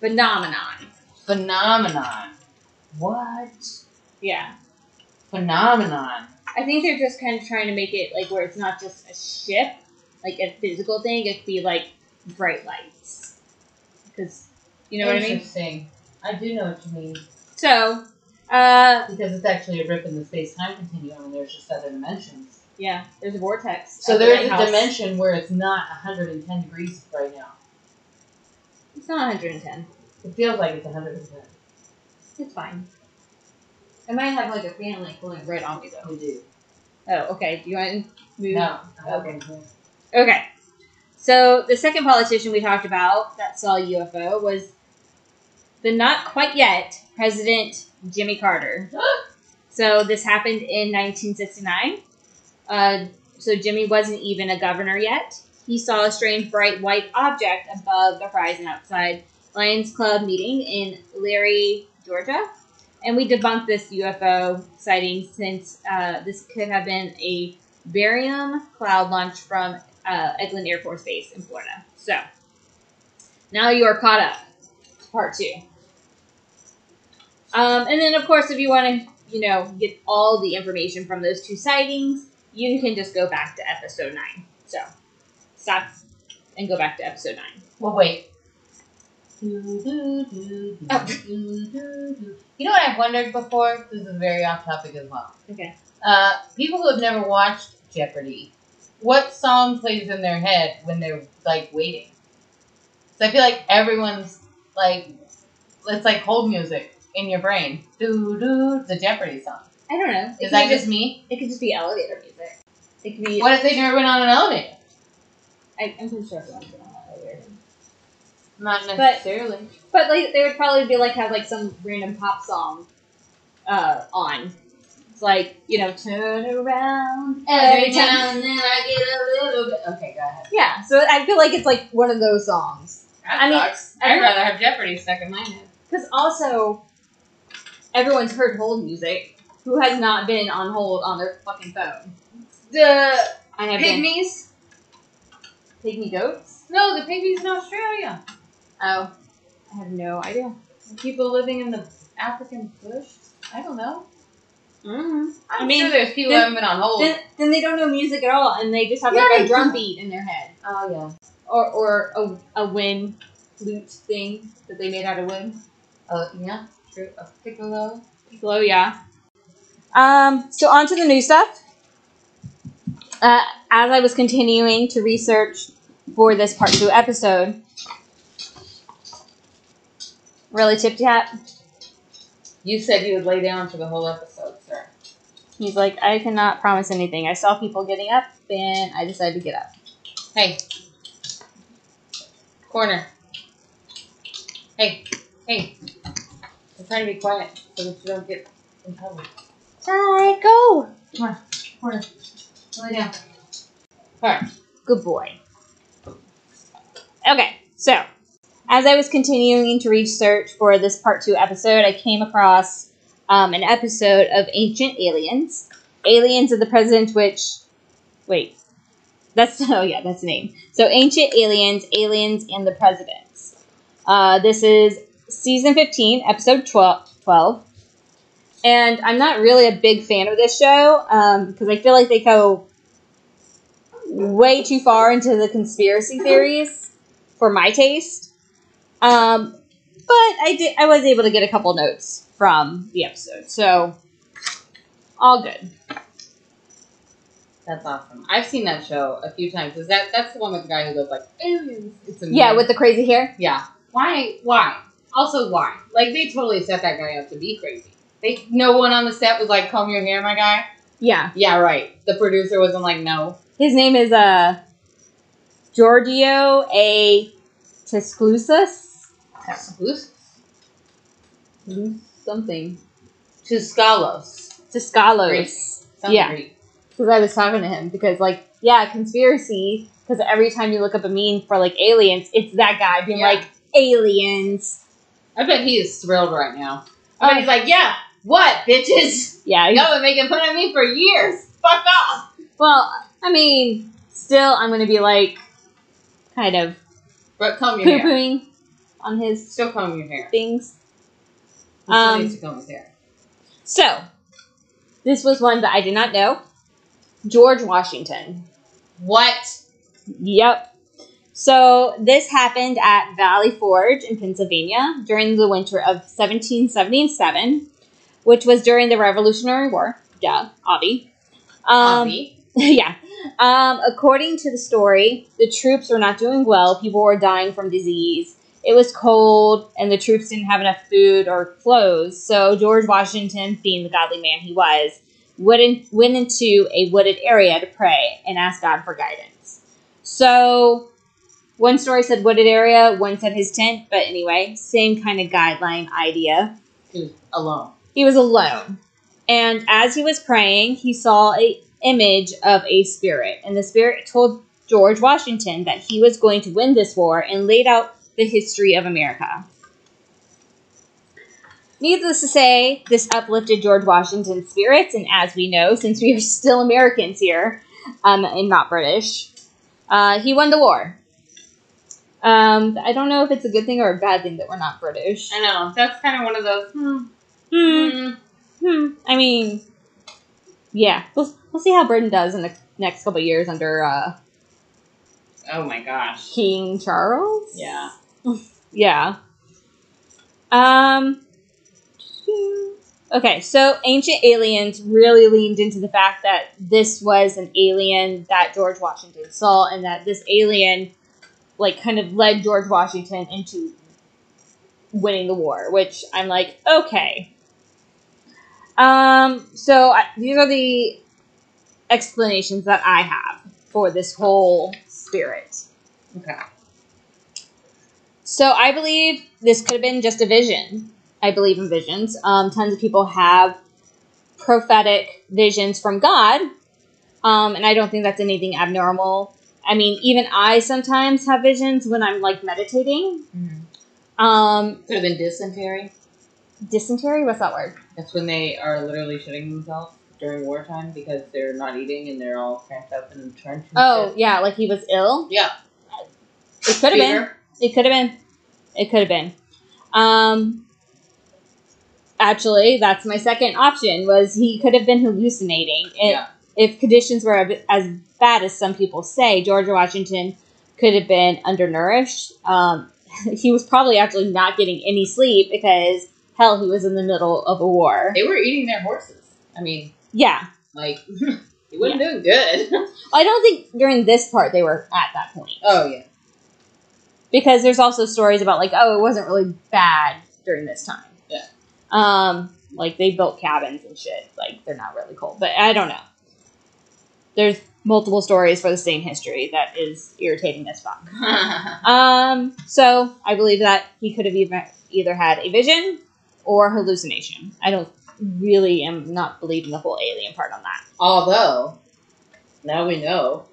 A: phenomenon.
B: Phenomenon. What?
A: Yeah,
B: Phenomenon.
A: I think they're just kind of trying to make it like where it's not just a ship, like a physical thing. It could be like bright lights, because you know what I mean.
B: Interesting. I do know what you mean.
A: So, uh,
B: Because it's actually a rip in the space time continuum, and there's just other dimensions.
A: yeah, there's a vortex.
B: So
A: at the
B: there is
A: White
B: a
A: House.
B: dimension where it's not 110 degrees right now.
A: It's not 110.
B: It feels like it's 110.
A: It's fine. I might have like a fan like blowing right on me though.
B: We do.
A: Oh, okay. Do you want to move?
B: No. Okay.
A: Okay. So the second politician we talked about that saw a UFO was the not quite yet President Jimmy Carter. so this happened in 1969. Uh, so Jimmy wasn't even a governor yet. He saw a strange bright white object above the horizon outside Lions Club meeting in Larry, Georgia. And we debunked this UFO sighting since uh, this could have been a barium cloud launch from uh, Eglin Air Force Base in Florida. So now you are caught up. to Part two. Um, and then, of course, if you want to, you know, get all the information from those two sightings, you can just go back to episode nine. So stop and go back to episode nine.
B: Well, wait.
A: Oh.
B: You know what I've wondered before? This is very off topic as well.
A: Okay.
B: Uh, people who have never watched Jeopardy, what song plays in their head when they're like waiting? So I feel like everyone's like, it's like hold music in your brain. Do do the Jeopardy song.
A: I don't know. It
B: Is
A: could
B: that
A: just,
B: just me?
A: it could just be elevator music. It could be.
B: What if they never went on an elevator?
A: I, I'm pretty sure everyone's been on elevator.
B: Not necessarily.
A: But like they would probably be like have like some random pop song uh on. It's like, you know, turn around every time.
B: and then I get a little bit. Okay, go ahead.
A: Yeah, so I feel like it's like one of those songs. I mean,
B: sucks.
A: I-
B: rather have Jeopardy stuck in my head.
A: Because also, everyone's heard hold music. Who has not been on hold on their fucking phone?
B: The
A: I have been.
B: pygmies?
A: Pygmy goats?
B: No, the pygmies in Australia.
A: Oh, I have no idea.
B: People living in the African bush. I don't know.
A: Mm-hmm.
B: I'm
A: I mean,
B: sure there's people
A: then-
B: who haven't been on hold.
A: Then, then they don't know music at all, and they just have
B: Yeah,
A: like
B: they
A: a drum beat in their head,
B: oh yeah,
A: or or a, a wind flute thing that they made out of wood.
B: oh yeah, true. A piccolo.
A: Hello, yeah. Um, so on to the new stuff. Uh, as I was continuing to research for this part two episode, really tip tap.
B: You said you would lay down for the whole episode, sir.
A: He's like, I cannot promise anything. I saw people getting up, and I decided to get up.
B: Hey, corner. Hey, hey. I'm trying to be quiet so that you don't get in trouble.
A: Ty, go.
B: Come on, Porter. Lay down.
A: Good boy. Okay, so as I was continuing to research for this part two episode, I came across um, an episode of Ancient Aliens, Aliens of the Present, which. Wait. That's. Oh, yeah, that's the name. So Ancient Aliens, Aliens and the Presidents. Uh, this is season 15, episode 12. 12. And I'm not really a big fan of this show um, because I feel like they go way too far into the conspiracy theories for my taste. Um, but I did I was able to get a couple notes from the episode, so all good.
B: That's awesome. I've seen that show a few times. Is that that's the one with the guy who goes like aliens? It's amazing.
A: Yeah, with the crazy hair.
B: yeah. Why? Why? Also, why? Like they totally set that guy up to be crazy. They no one on the set was like, "Comb your hair, my guy."
A: Yeah,
B: Yeah, right. The producer wasn't like, "No."
A: his name is uh Giorgio A. Tesclusus.
B: Who's
A: Something
B: Tuscalos?
A: Tescalos. Yeah. because I was talking to him because like yeah conspiracy because every time you look up a meme for like aliens it's that guy being
B: Yeah.
A: like aliens
B: I bet he is thrilled right now. I
A: Oh.
B: bet he's like, "Yeah, what, bitches?
A: yeah he's-
B: Y'all been making fun of me for years. Fuck off."
A: well I mean still I'm gonna be like kind of
B: But comb your
A: poo
B: hair.
A: pooing on his
B: Still comb your hair.
A: things
B: He still
A: Um,
B: needs to comb his hair.
A: so this was one that I did not know George Washington
B: What?
A: Yep. So this happened at Valley Forge in Pennsylvania during the winter of 1777, which was during the Revolutionary War. Duh, obvi. Um,
B: Poppy?
A: yeah. Um, according to the story, the troops were not doing well. People were dying from disease. It was cold, and the troops didn't have enough food or clothes. So George Washington, being the godly man he was, went, in, went into a wooded area to pray and ask God for guidance. So one story said wooded area, one said his tent, but anyway, same kind of guideline idea
B: He was alone.
A: he was alone and as he was praying he saw a image of a spirit and the spirit told george washington that he was going to win this war and laid out the history of america needless to say this uplifted george washington's spirits and as we know since we are still americans here um, and not british uh, he won the war um, i don't know if it's a good thing or a bad thing that we're not british
B: I know. That's kind of one of those. Hmm.
A: Hmm.
B: hmm.
A: Hmm. I mean, yeah. We'll, we'll see how Britain does in the next couple of years under uh,
B: Oh my gosh.
A: King Charles.
B: Yeah.
A: Yeah. Um. Okay, so Ancient Aliens really leaned into the fact that this was an alien that George Washington saw, and that this alien, like, kind of led George Washington into winning the war, which I'm like, okay. Um, so I, these are the explanations that I have for this whole spirit.
B: Okay.
A: So I believe this could have been just a vision. I believe in visions. Um, tons of people have prophetic visions from God, um, and I don't think that's anything abnormal. I mean, even I sometimes have visions when I'm like meditating. Um,
B: Could have been Mm-hmm. dysentery.
A: dysentery, what's that word?
B: That's when they are literally shitting themselves during wartime because they're not eating and they're all cramped up in the trench. and
A: Oh,
B: shit.
A: yeah, like he was ill.
B: Yeah.
A: It could have been.
B: Fever.
A: It could have been. It could have been. Um, actually, that's my second option. Was he could have been hallucinating? It,
B: Yeah.
A: If conditions were a bit- as bad as some people say, George Washington could have been undernourished. Um, he was probably actually not getting any sleep because hell, he was in the middle of a war.
B: They were eating their horses. I mean,
A: yeah,
B: like, they wasn't doing good.
A: I don't think during this part they were at that point
B: oh, yeah.
A: because there's also stories about like, oh, it wasn't really bad during this time.
B: Yeah.
A: Um, like they built cabins and shit. Like they're not really cold, but I don't know. There's multiple stories for the same history that is irritating as fuck. Um, so I believe that he could have even either had a vision or hallucination. I don't really am not believing the whole alien part on that.
B: Although, now we know.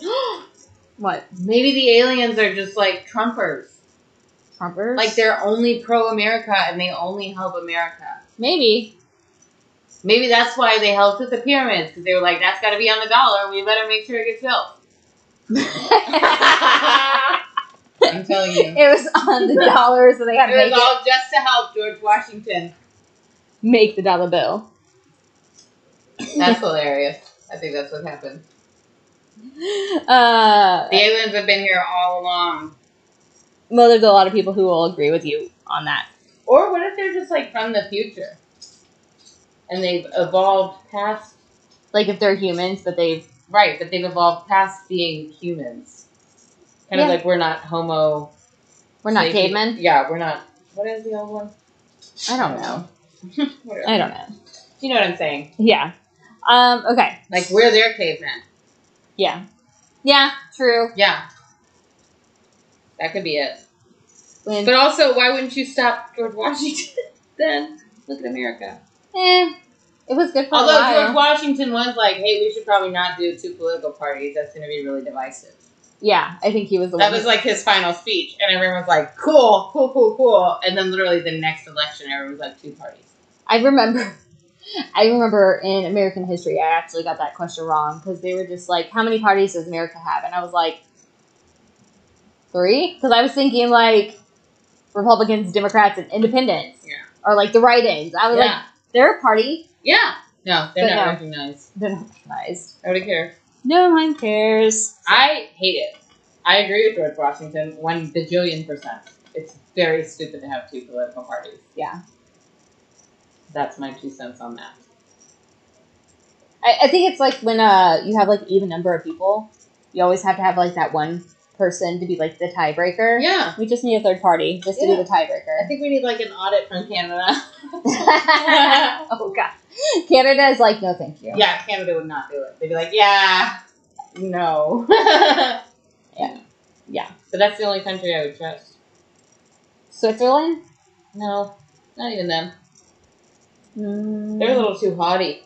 A: What?
B: Maybe the aliens are just like Trumpers.
A: Trumpers?
B: Like they're only pro America and they only help America.
A: Maybe.
B: Maybe that's why they helped with the pyramids because they were like, that's got to be on the dollar. We better make sure it gets built.
A: it
B: I'm telling you.
A: was on the dollar, so they had to
B: It
A: make,
B: was
A: it,
B: all just to help George Washington.
A: make the dollar bill.
B: That's hilarious. I think that's what happened.
A: Uh,
B: The aliens have been here all along.
A: well, there's a lot of people who will agree with you on that.
B: Or what if they're just like from the future? And they've evolved past.
A: Like if they're humans, but they've
B: Right, but they've evolved past being humans. Kind of
A: Yeah.
B: like we're not Homo.
A: we're not
B: sapien-
A: cavemen.
B: Yeah, we're not. What is the old one?
A: I don't know.
B: Whatever.
A: I don't know.
B: You know what I'm saying?
A: Yeah. Um. Okay.
B: Like we're their cavemen.
A: Yeah. Yeah. True.
B: Yeah. That could be it.
A: When-
B: But also, why wouldn't you stop George Washington then? Look at America.
A: eh, it was good for a
B: Although
A: while.
B: George Washington was like, hey, we should probably not do two political parties. That's going to be really divisive.
A: yeah, I think he was the
B: That
A: one.
B: was like his final speech. And everyone was like, cool, cool, cool, cool. And then literally the next election, everyone was like, two parties.
A: I remember. I remember in American history, I actually got that question wrong because they were just like, "How many parties does America have?" And I was like, three, because I was thinking like Republicans, Democrats, and Independents,
B: Yeah.
A: or like the write-ins. I was like,
B: yeah.
A: they're a party.
B: yeah. No, they're
A: But
B: not
A: no.
B: recognized.
A: They're not recognized.
B: Nobody cares.
A: No one cares.
B: I hate it. I agree with George Washington one bajillion percent. It's very stupid to have two political parties.
A: Yeah,
B: That's my two cents on that.
A: I, I think it's like when uh you have like even number of people, you always have to have like that one person to be like the tiebreaker.
B: Yeah.
A: We just need a third party just to
B: Yeah.
A: be the tiebreaker.
B: I think we need like an audit from Canada.
A: oh god. Canada is like, no thank you.
B: Yeah, Canada would not do it. They'd be like, yeah, no.
A: Yeah. Yeah.
B: But that's the only country I would trust.
A: Switzerland?
B: No, not even them.
A: Mm,
B: They're a little too haughty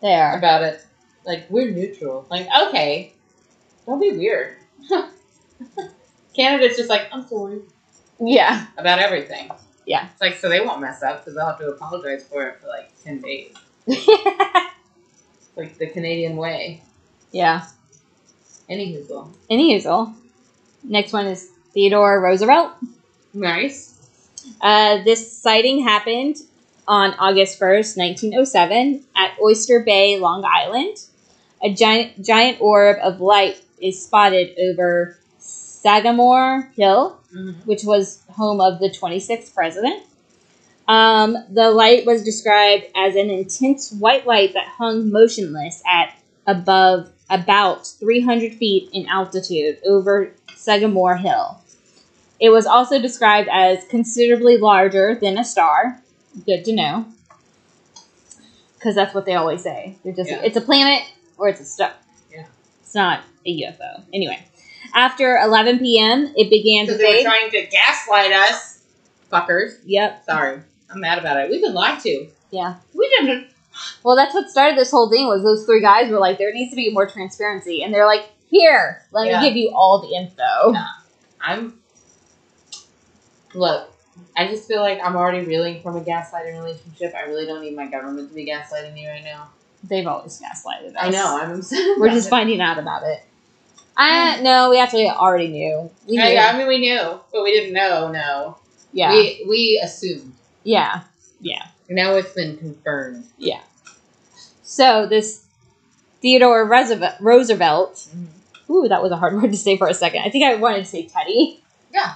A: they are.
B: about it. Like, we're neutral. Like, okay, don't be weird. Canada's just like, I'm sorry
A: Yeah.
B: about everything.
A: Yeah.
B: It's like, so they won't mess up because they'll have to apologize for it for like 10 days. Like the Canadian way.
A: yeah.
B: Any Google.
A: Any usual. Next one is Theodore Roosevelt.
B: Nice.
A: Uh, this sighting happened on August 1st, 1907, at Oyster Bay, Long Island. A giant, giant orb of light is spotted over Sagamore Hill,
B: Mm-hmm.
A: which was home of the 26th president. Um, the light was described as an intense white light that hung motionless at above about 300 feet in altitude over Sagamore Hill. It was also described as considerably larger than a star. Good to know. Because that's what they always say. They're just,
B: Yeah.
A: it's a planet or it's a star.
B: Yeah.
A: It's not a UFO. Anyway, after 11 p.m., it began to
B: Because they were
A: fade.
B: trying to gaslight us, fuckers.
A: Yep.
B: Sorry, I'm mad about it. We've been lied to.
A: Yeah.
B: We didn't.
A: Well, that's what started this whole thing was those three guys were like, there needs to be more transparency, and they're like, here, let
B: Yeah.
A: me give you all the info.
B: Yeah. I'm. Look, I just feel like I'm already reeling from a gaslighting relationship. I really don't need my government to be gaslighting me right now.
A: They've always gaslighted us.
B: I know. I'm upset.
A: We're
B: about
A: just
B: it.
A: finding out about it. I no, we actually already knew. We knew.
B: I, I mean, we knew, but we didn't know. No.
A: yeah,
B: We we assumed.
A: yeah, yeah.
B: Now it's been confirmed.
A: So this Theodore Roosevelt, Roosevelt. Ooh, that was a hard word to say for a second. I think I wanted to say Teddy,
B: Yeah.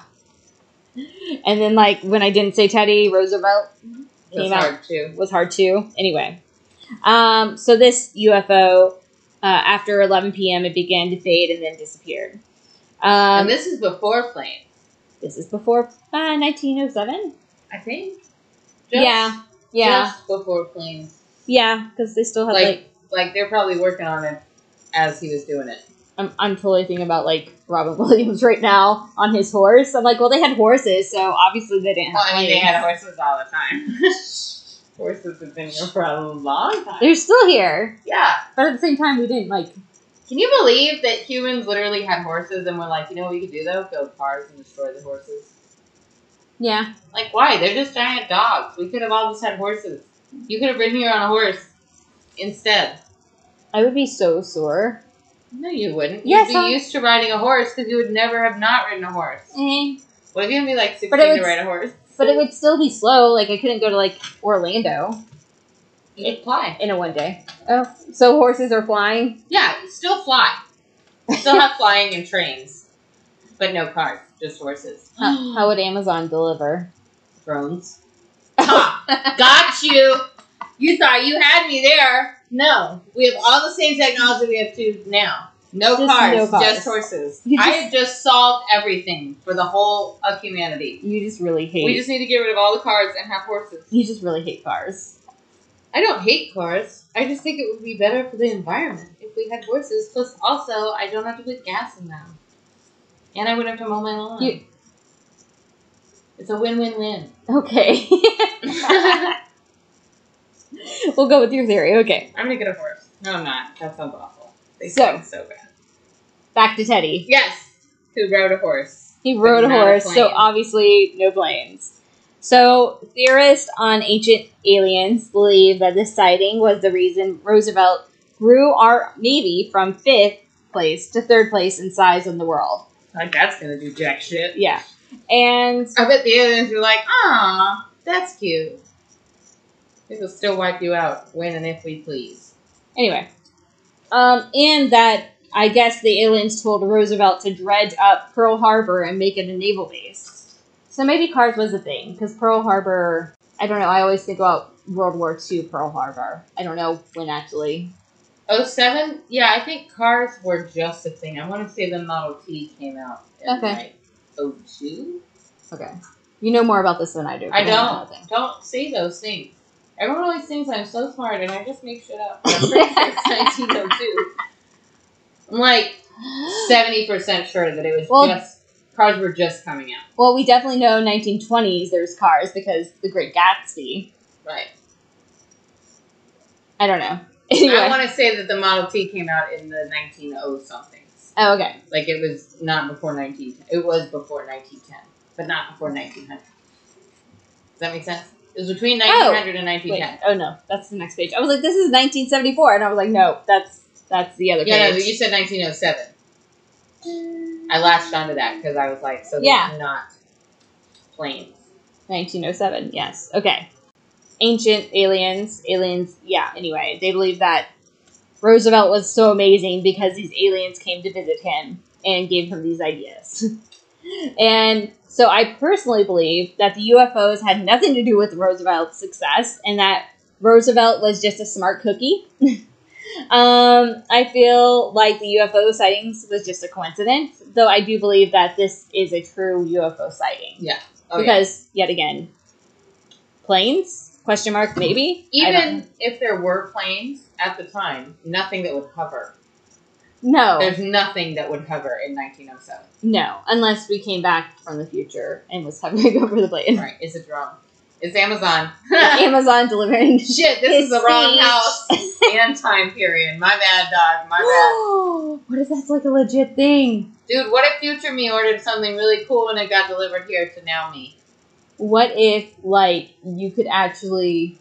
A: and then like when I didn't say Teddy, Roosevelt
B: That's
A: Came out.
B: hard too.
A: was hard too. Anyway, um, so this UFO, uh, after 11 p.m., it began to fade and then disappeared. Um,
B: and
A: this-,
B: this is before planes,
A: is before uh, 1907.
B: I think.
A: yeah, yeah,
B: Just before planes.
A: yeah, because they still had like,
B: like, like they're probably working on it as he was doing it.
A: I'm, I'm totally thinking about like Robin Williams right now on his horse. I'm like, well, they had horses, so obviously they didn't.
B: Well,
A: have
B: I mean, they
A: planes.
B: had horses all the time. Horses have been here for a long time.
A: They're still here,
B: Yeah.
A: but at the same time, we didn't like.
B: Can you believe that humans literally had horses and were like, you know what we could do though? Build cars and destroy the horses.
A: Yeah,
B: Like, why? They're just giant dogs. We could have all just had horses. You could have ridden here on a horse instead.
A: I would be so sore.
B: No, you wouldn't.
A: Yes, um,
B: You'd
A: I'm-
B: be used to riding a horse because you would never have not ridden a horse.
A: Eh,
B: What if you had to be like 16
A: But it
B: to
A: would-
B: ride a horse?
A: but it would still be slow. Like I couldn't go to like Orlando
B: You could fly.
A: in a one day. Oh, so horses are flying.
B: Yeah, you still fly. You still have flying and trains, but no cars, just horses.
A: How, how would Amazon deliver?
B: Drones. Ha! Got you. You thought you had me there. No, we have all the same technology we have to now. No
A: Just
B: cars,
A: no cars.
B: just horses.
A: You
B: I
A: just-
B: have just solved everything for the whole of humanity.
A: You just really hate.
B: We just need to get rid of all the cars and have horses.
A: you just really hate cars.
B: I don't hate cars. I just think it would be better for the environment if we had horses. Plus, also, I don't have to put gas in them, and I wouldn't have to mow my lawn.
A: You-
B: It's a win-win-win.
A: Okay,
B: I'm
A: we'll go with your theory. Okay,
B: gonna get a horse. No, I'm not. That sounds awful. They
A: So-
B: sound so bad.
A: back to Teddy.
B: Yes, who rode a horse?
A: He rode a
B: not a
A: horse, so
B: plane.
A: obviously no planes. So theorists on ancient aliens believe that this sighting was the reason Roosevelt grew our navy from fifth place to third place in size in the world.
B: Like that's gonna do jack shit.
A: Yeah, and
B: I bet the aliens were like, "Ah, that's cute." It will still wipe you out when and if we please.
A: Anyway, um, and that I guess the aliens told Roosevelt to dredge up Pearl Harbor and make it a naval base. So maybe cars was a thing because Pearl Harbor. I don't know. I always think about World War II Pearl Harbor. I don't know when actually.
B: Oh seven? Yeah, I think cars were just a thing. I want to say the Model T came out. In
A: Okay.
B: Like, oh two?
A: Okay, you know more about this than I do.
B: I
A: but know
B: don't.
A: nothing.
B: Don't say those things. Everyone always thinks I'm so smart, and I just make shit up. I'm pretty sure it's 1902. I'm like 70% sure that it was
A: Well-
B: just cars were just coming out.
A: Well, we definitely know 1920s. There's cars because the Great Gatsby.
B: Right.
A: I don't know.
B: I
A: Anyway.
B: want to say that the Model T came out in the 190 somethings.
A: oh, okay.
B: Like it was not before 19. It was before 1910, but not before 1900. Does that make sense? It was between 1900 and
A: Wait.
B: 1910.
A: Oh no, that's the next page. I was like, this is 1974, and I was like, no, that's that's the other
B: Yeah, no,
A: page.
B: you said 1907. I latched onto that because I was like, so
A: Yeah.
B: yeah. not plain.
A: 1907, yes. Okay. Ancient aliens, aliens, yeah, anyway, they believe that Roosevelt was so amazing because these aliens came to visit him and gave him these ideas. and so I personally believe that the UFOs had nothing to do with Roosevelt's success and that Roosevelt was just a smart cookie. um, I feel like the UFO sightings was just a coincidence, though I do believe that this is a true UFO sighting
B: Oh, yeah.
A: because yet again, planes? Question mark? Maybe I don't
B: Even if there were planes at the time, nothing that would hover.
A: know. no,
B: There's nothing that would hover in 1907.
A: no, unless we came back from the future and was hovering over the plane.
B: Right? It's a drone. It's Amazon.
A: Amazon delivering.
B: Shit, this is
A: It's
B: the wrong
A: speech.
B: house and time period. My bad, dog. My bad.
A: what if that's like a legit thing?
B: Dude, what if future me ordered something really cool and it got delivered here to now me?
A: What if like you could actually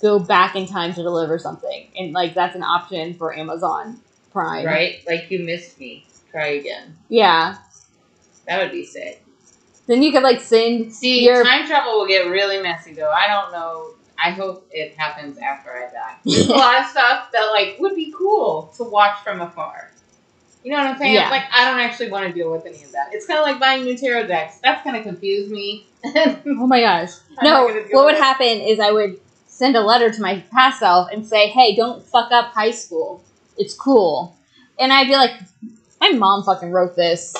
A: go back in time to deliver something, and like that's an option for Amazon Prime,
B: Right? Like you missed me. Try again.
A: Yeah.
B: That would be sick.
A: Then you could like send
B: See,
A: your
B: time travel will get really messy though. I don't know. I hope it happens after I die. There's a lot of stuff that like would be cool to watch from afar. You know what I'm saying?
A: Yeah.
B: Like I don't actually want to deal with any of that. It's kind of like buying new tarot decks. That's gonna confuse me. I'm
A: Oh my gosh.
B: not
A: No,
B: gonna deal
A: what would
B: with it.
A: happen is I would send a letter to my past self and say, hey, don't fuck up high school. It's cool. And I'd be like, my mom fucking wrote this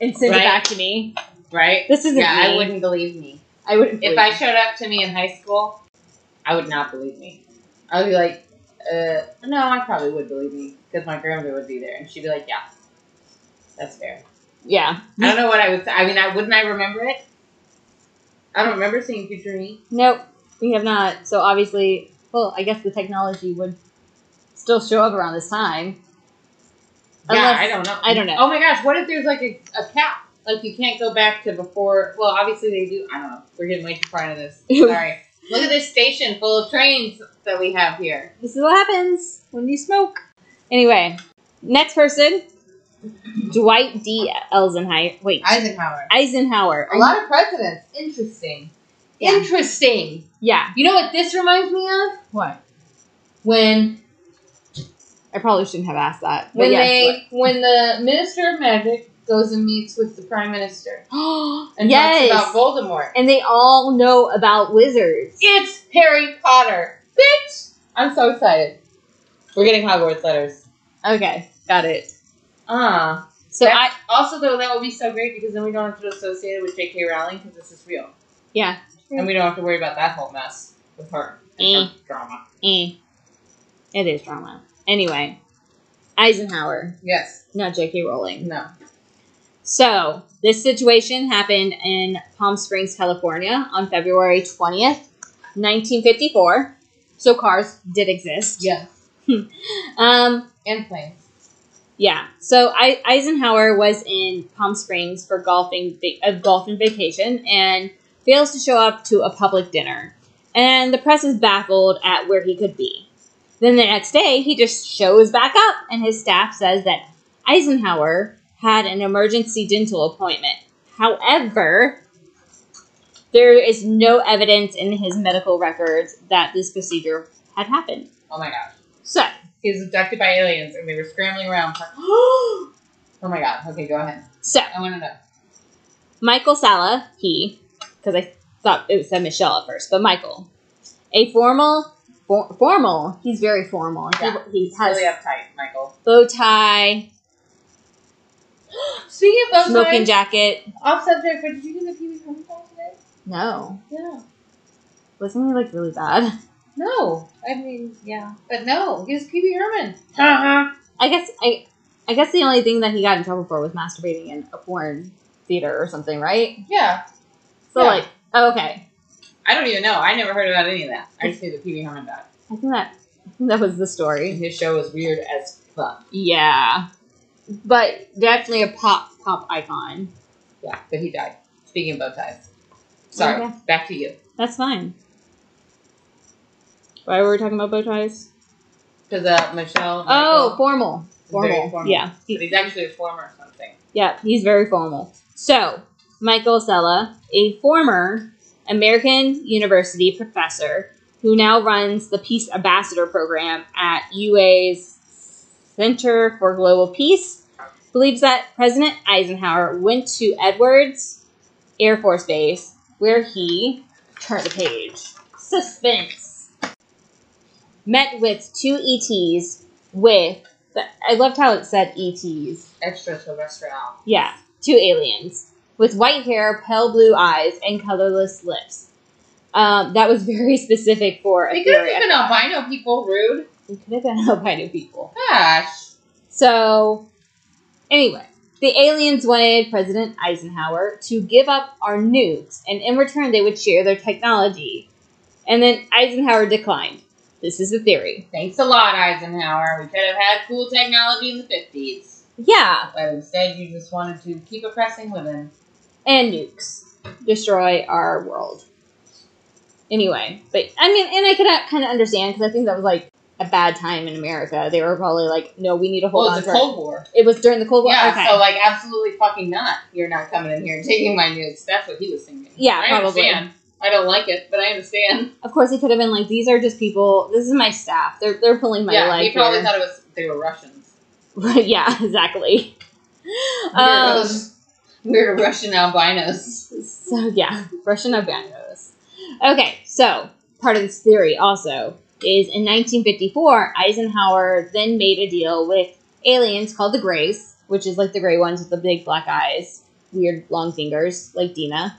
A: and send
B: Right.
A: it back to me.
B: Right?
A: This isn't
B: Yeah,
A: me.
B: I wouldn't believe me.
A: I wouldn't.
B: If
A: believe
B: I
A: it.
B: showed up to me in high school, I would not believe me. I would be like, uh, no, I probably would believe me because my grandmother would be there and she'd be like, yeah, that's fair.
A: Yeah.
B: I don't know what I would say. I mean, I wouldn't I remember it? I don't remember seeing future me.
A: Nope. We have not. So obviously, well, I guess the technology would still show up around this time.
B: Yeah,
A: Unless-
B: I don't know.
A: I don't know.
B: Oh my gosh, what if there's like a, a cap? Like you can't go back to before. Well, obviously they do. I don't know. We're getting way too far into this. Sorry. Look at this station full of trains that we have here.
A: This is what happens when you smoke. Anyway, next person, Dwight D. Eisenhower. Wait,
B: Eisenhower.
A: Eisenhower.
B: A lot of presidents. Interesting.
A: Yeah.
B: Interesting.
A: Yeah,
B: You know what this reminds me of?
C: What?
B: When
A: I probably shouldn't have asked that. But
B: when
A: yes,
B: they when the minister of magic goes and meets with the prime minister
A: what-
B: and
A: yes,
B: talks about Voldemort.
A: and they all know about wizards.
B: It's Harry Potter, bitch! I'm so excited. We're getting Hogwarts letters.
A: Okay, got it.
B: Ah.
A: So I,
B: That's- also though that would be so great because then we don't have to associate it with J.K. Rowling because this is real,
A: yeah,
B: and we don't have to worry about that whole mess with her and her drama.
A: eh. it is drama. Anyway, Eisenhower,
B: Yes.
A: not J.K. Rowling.
B: No.
A: So, this situation happened in Palm Springs, California on February 20th, 1954. So, cars did exist.
B: Yes.
A: Um,
B: And planes.
A: yeah. So, I- Eisenhower was in Palm Springs for golfing va- a golfing vacation and fails to show up to a public dinner. And the press is baffled at where he could be. Then the next day, he just shows back up, and his staff says that Eisenhower had an emergency dental appointment. However, there is no evidence in his medical records that this procedure had happened.
B: Oh my gosh.
A: So,
B: He was abducted by aliens, and we were scrambling around. For, oh my god. Okay, go ahead.
A: so
B: I want to know.
A: Michael Sala, he, because I thought it said Michelle at first, but Michael, a formal, for, formal, he's very formal. He-
B: Yeah.
A: He, has
B: really uptight, Michael.
A: bow tie,
B: Speaking of those
A: smoking
B: guys,
A: jacket.
B: off subject, but did you do the Pee Wee Herman call today?
A: No,
B: Yeah.
A: wasn't he like really bad?
B: No. I mean, yeah, but no. He was Pee Wee Herman. Uh-huh.
A: I guess I, I guess the only thing that he got in trouble for was masturbating in a porn theater or something, right?
B: Yeah.
A: So
B: Yeah.
A: like, oh, okay,
B: I don't even know. I never heard about any of that. I just knew that Pee Wee Herman died.
A: I think that I think that was the
B: And
A: story.
B: his show was weird as fuck.
A: Yeah, but definitely a pop pop icon.
B: Yeah, but he died. Speaking of bow ties. Sorry,
A: Okay.
B: back to you.
A: That's fine. Why were we talking about bow ties?
B: Because uh, Michelle.
A: Oh,
B: Michael,
A: formal.
B: Very
A: Formal.
B: formal.
A: Yeah.
B: but he's actually a former or something.
A: Yeah, he's very formal. So, Michael Sella, a former American University professor who now runs the Peace Ambassador Program at UA's Center for Global Peace, believes that President Eisenhower went to Edwards Air Force Base where he, turn the page, suspense, met with two ETs with, I loved how it said E ETs.
B: Extra Sylvester Al.
A: Yeah, two aliens with white hair, pale blue eyes, and colorless lips. Um, that was very specific for a
B: They could have
A: theory.
B: been albino people, rude.
A: It could have been albino people.
B: Gosh.
A: So, anyway, the aliens wanted President Eisenhower to give up our nukes, and in return, they would share their technology. And then Eisenhower declined. This is the theory.
B: Thanks a lot, Eisenhower. We could have had cool technology in the 50s.
A: Yeah,
B: But instead, you just wanted to keep oppressing women.
A: and nukes destroy our world. Anyway, but I mean, and I could kind of understand because I think that was like a bad time in America. They were probably like, no, we need to hold
B: Well,
A: on.
B: it's
A: to
B: the
A: our-
B: Cold War.
A: It was during the Cold War.
B: Yeah,
A: okay.
B: so like absolutely fucking not. You're not coming in here and taking my nukes. That's what he was thinking.
A: Yeah,
B: I
A: probably.
B: Understand. I don't like it, but I understand.
A: of course, he could have been like, these are just people. This is my staff. They're they're pulling my
B: yeah,
A: leg.
B: he probably
A: here."
B: thought it was they were Russians.
A: yeah, exactly. Um,
B: Weirdos. Weird Russian albinos.
A: So yeah, Russian abandos. Okay, so part of this theory also is in 1954, Eisenhower then made a deal with aliens called the Greys, which is like the gray ones with the big black eyes, weird long fingers, like Dina.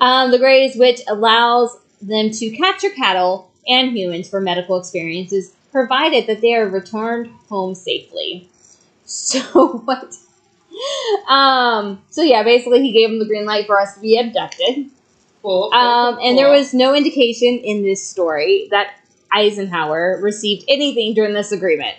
A: Um, the Greys, which allows them to capture cattle and humans for medical experiences, provided that they are returned home safely. So what? Um, so yeah, basically he gave them the green light for us to be abducted.
B: Cool. cool,
A: Um,
B: cool,
A: and there
B: cool.
A: was no indication in this story that Eisenhower received anything during this agreement.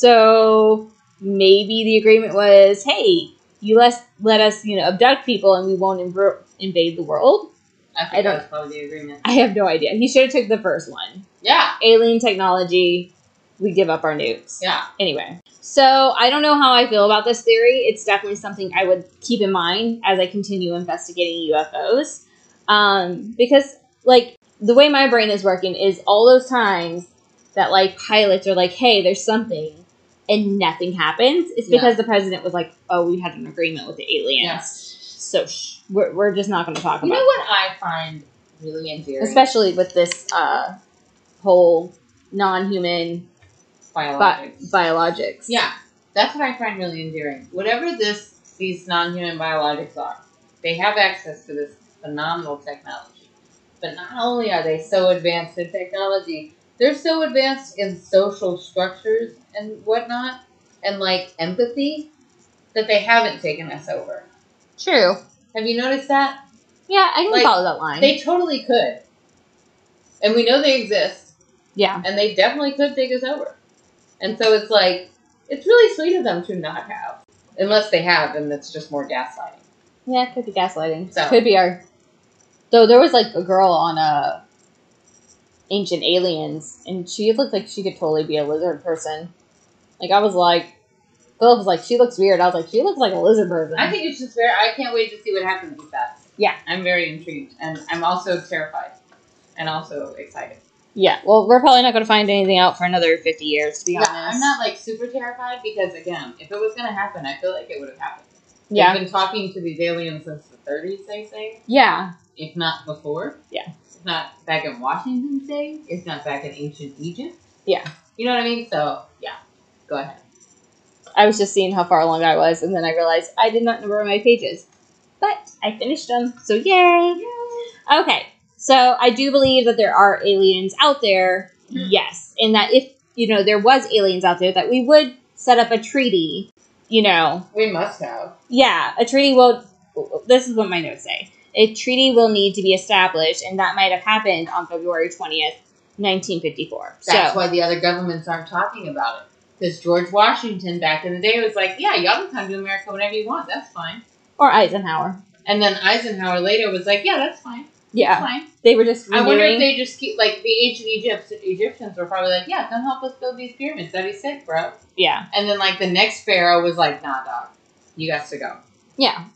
A: So maybe the agreement was, hey, you let let us you know abduct people and we won't inv- invade the world.
B: I, think
A: I don't-
B: That was probably the agreement.
A: I have no idea. He should have took the first one.
B: Yeah.
A: Alien technology. We give up our nukes.
B: Yeah.
A: Anyway, so I don't know how I feel about this theory. It's definitely something I would keep in mind as I continue investigating UFOs. Um, because, like, the way my brain is working is all those times that, like, pilots are like, hey, there's something, and nothing happens. It's because the president was like, oh, we had an agreement with the aliens. So shh, we're, we're just not going to talk
B: You
A: about
B: know
A: it.
B: what I find really endearing?
A: Especially with this uh, whole non human bi-
B: biologics.
A: biologics.
B: yeah, that's what I find really endearing. Whatever this, these non-human biologics are, they have access to this phenomenal technology. But not only are they so advanced in technology, they're so advanced in social structures and whatnot, and like empathy, that they haven't taken us over.
A: True.
B: Have you noticed that?
A: Yeah, I can
B: Like,
A: follow that line.
B: They totally could. And we know they exist,
A: yeah,
B: and they definitely could take us over. And so it's like, it's really sweet of them to not have. Unless they have, and that's just more gaslighting.
A: yeah, it could be gaslighting.
B: So-
A: Could be our. Though there was like a girl on a Ancient Aliens, and she looked like she could totally be a lizard person. Like I was like, Philip was like, she looks weird. I was like, she looks like a lizard person.
B: I think it's just fair. I can't wait to see what happens with that.
A: Mm-hmm. Yeah.
B: I'm very intrigued, and I'm also terrified, and also excited.
A: yeah. Well, we're probably not going to find anything out for another fifty years, to be
B: Yeah,
A: honest.
B: I'm not like super terrified because, again, if it was going to happen, I feel like it would have happened.
A: Yeah.
B: They've been talking to these aliens since the 30s, they say.
A: Yeah.
B: if not before.
A: Yeah.
B: If not back in Washington State, if not back in ancient Egypt.
A: Yeah.
B: You know what I mean? So, yeah. Go ahead.
A: I was just seeing how far along I was, and then I realized I did not number my pages, but I finished them. So yay! Okay, so I do believe that there are aliens out there.
B: Mhm.
A: Yes, and that if you know there was aliens out there, that we would set up a treaty. You know,
B: We must have.
A: yeah, a treaty will. This is what my notes say. A treaty will need to be established, and that might have happened on February twentieth, nineteen fifty-four.
B: That's
A: So
B: why the other governments aren't talking about it. Because George Washington back in the day was like, yeah, y'all can come to America whenever you want. That's fine.
A: or Eisenhower.
B: And then Eisenhower later was like, yeah, that's fine. That's
A: Yeah,
B: fine.
A: they were just.
B: I wonder if
A: renewing-
B: they just keep, like, the ancient Egypt, Egyptians were probably like, yeah, come help us build these pyramids. That'd be sick, bro.
A: yeah.
B: And then, like, the next pharaoh was like, nah, dog. You got to go.
A: Yeah.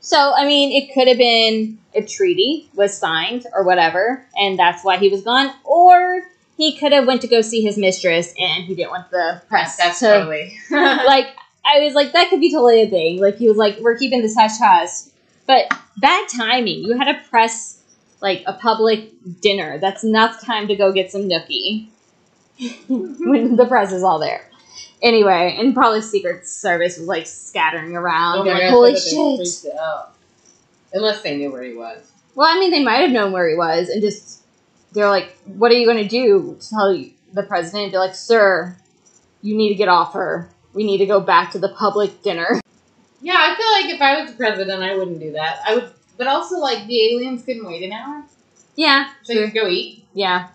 A: So, I mean, it could have been a treaty was signed or whatever, and that's why he was gone. Or he could have went to go see his mistress, and he didn't want the press.
B: That's
A: to-
B: totally.
A: like, I was like, that could be totally a thing. Like, he was like, we're keeping this hush hush. But bad timing. You had a press, like, a public dinner. That's enough time to go get some nookie when the press is all there. Anyway, and probably Secret Service was like scattering
B: Oh
A: around. They're like, holy shit.
B: Unless they knew where he was.
A: Well, I mean, they might have known where he was, and just they're like, "What are you going to do?" Tell the president, and be like, "Sir, you need to get off her. We need to go back to the public dinner."
B: Yeah, I feel like if I was the president, I wouldn't do that. I would, but also like the aliens couldn't wait an hour,
A: Yeah,
B: so you could go eat.
A: yeah,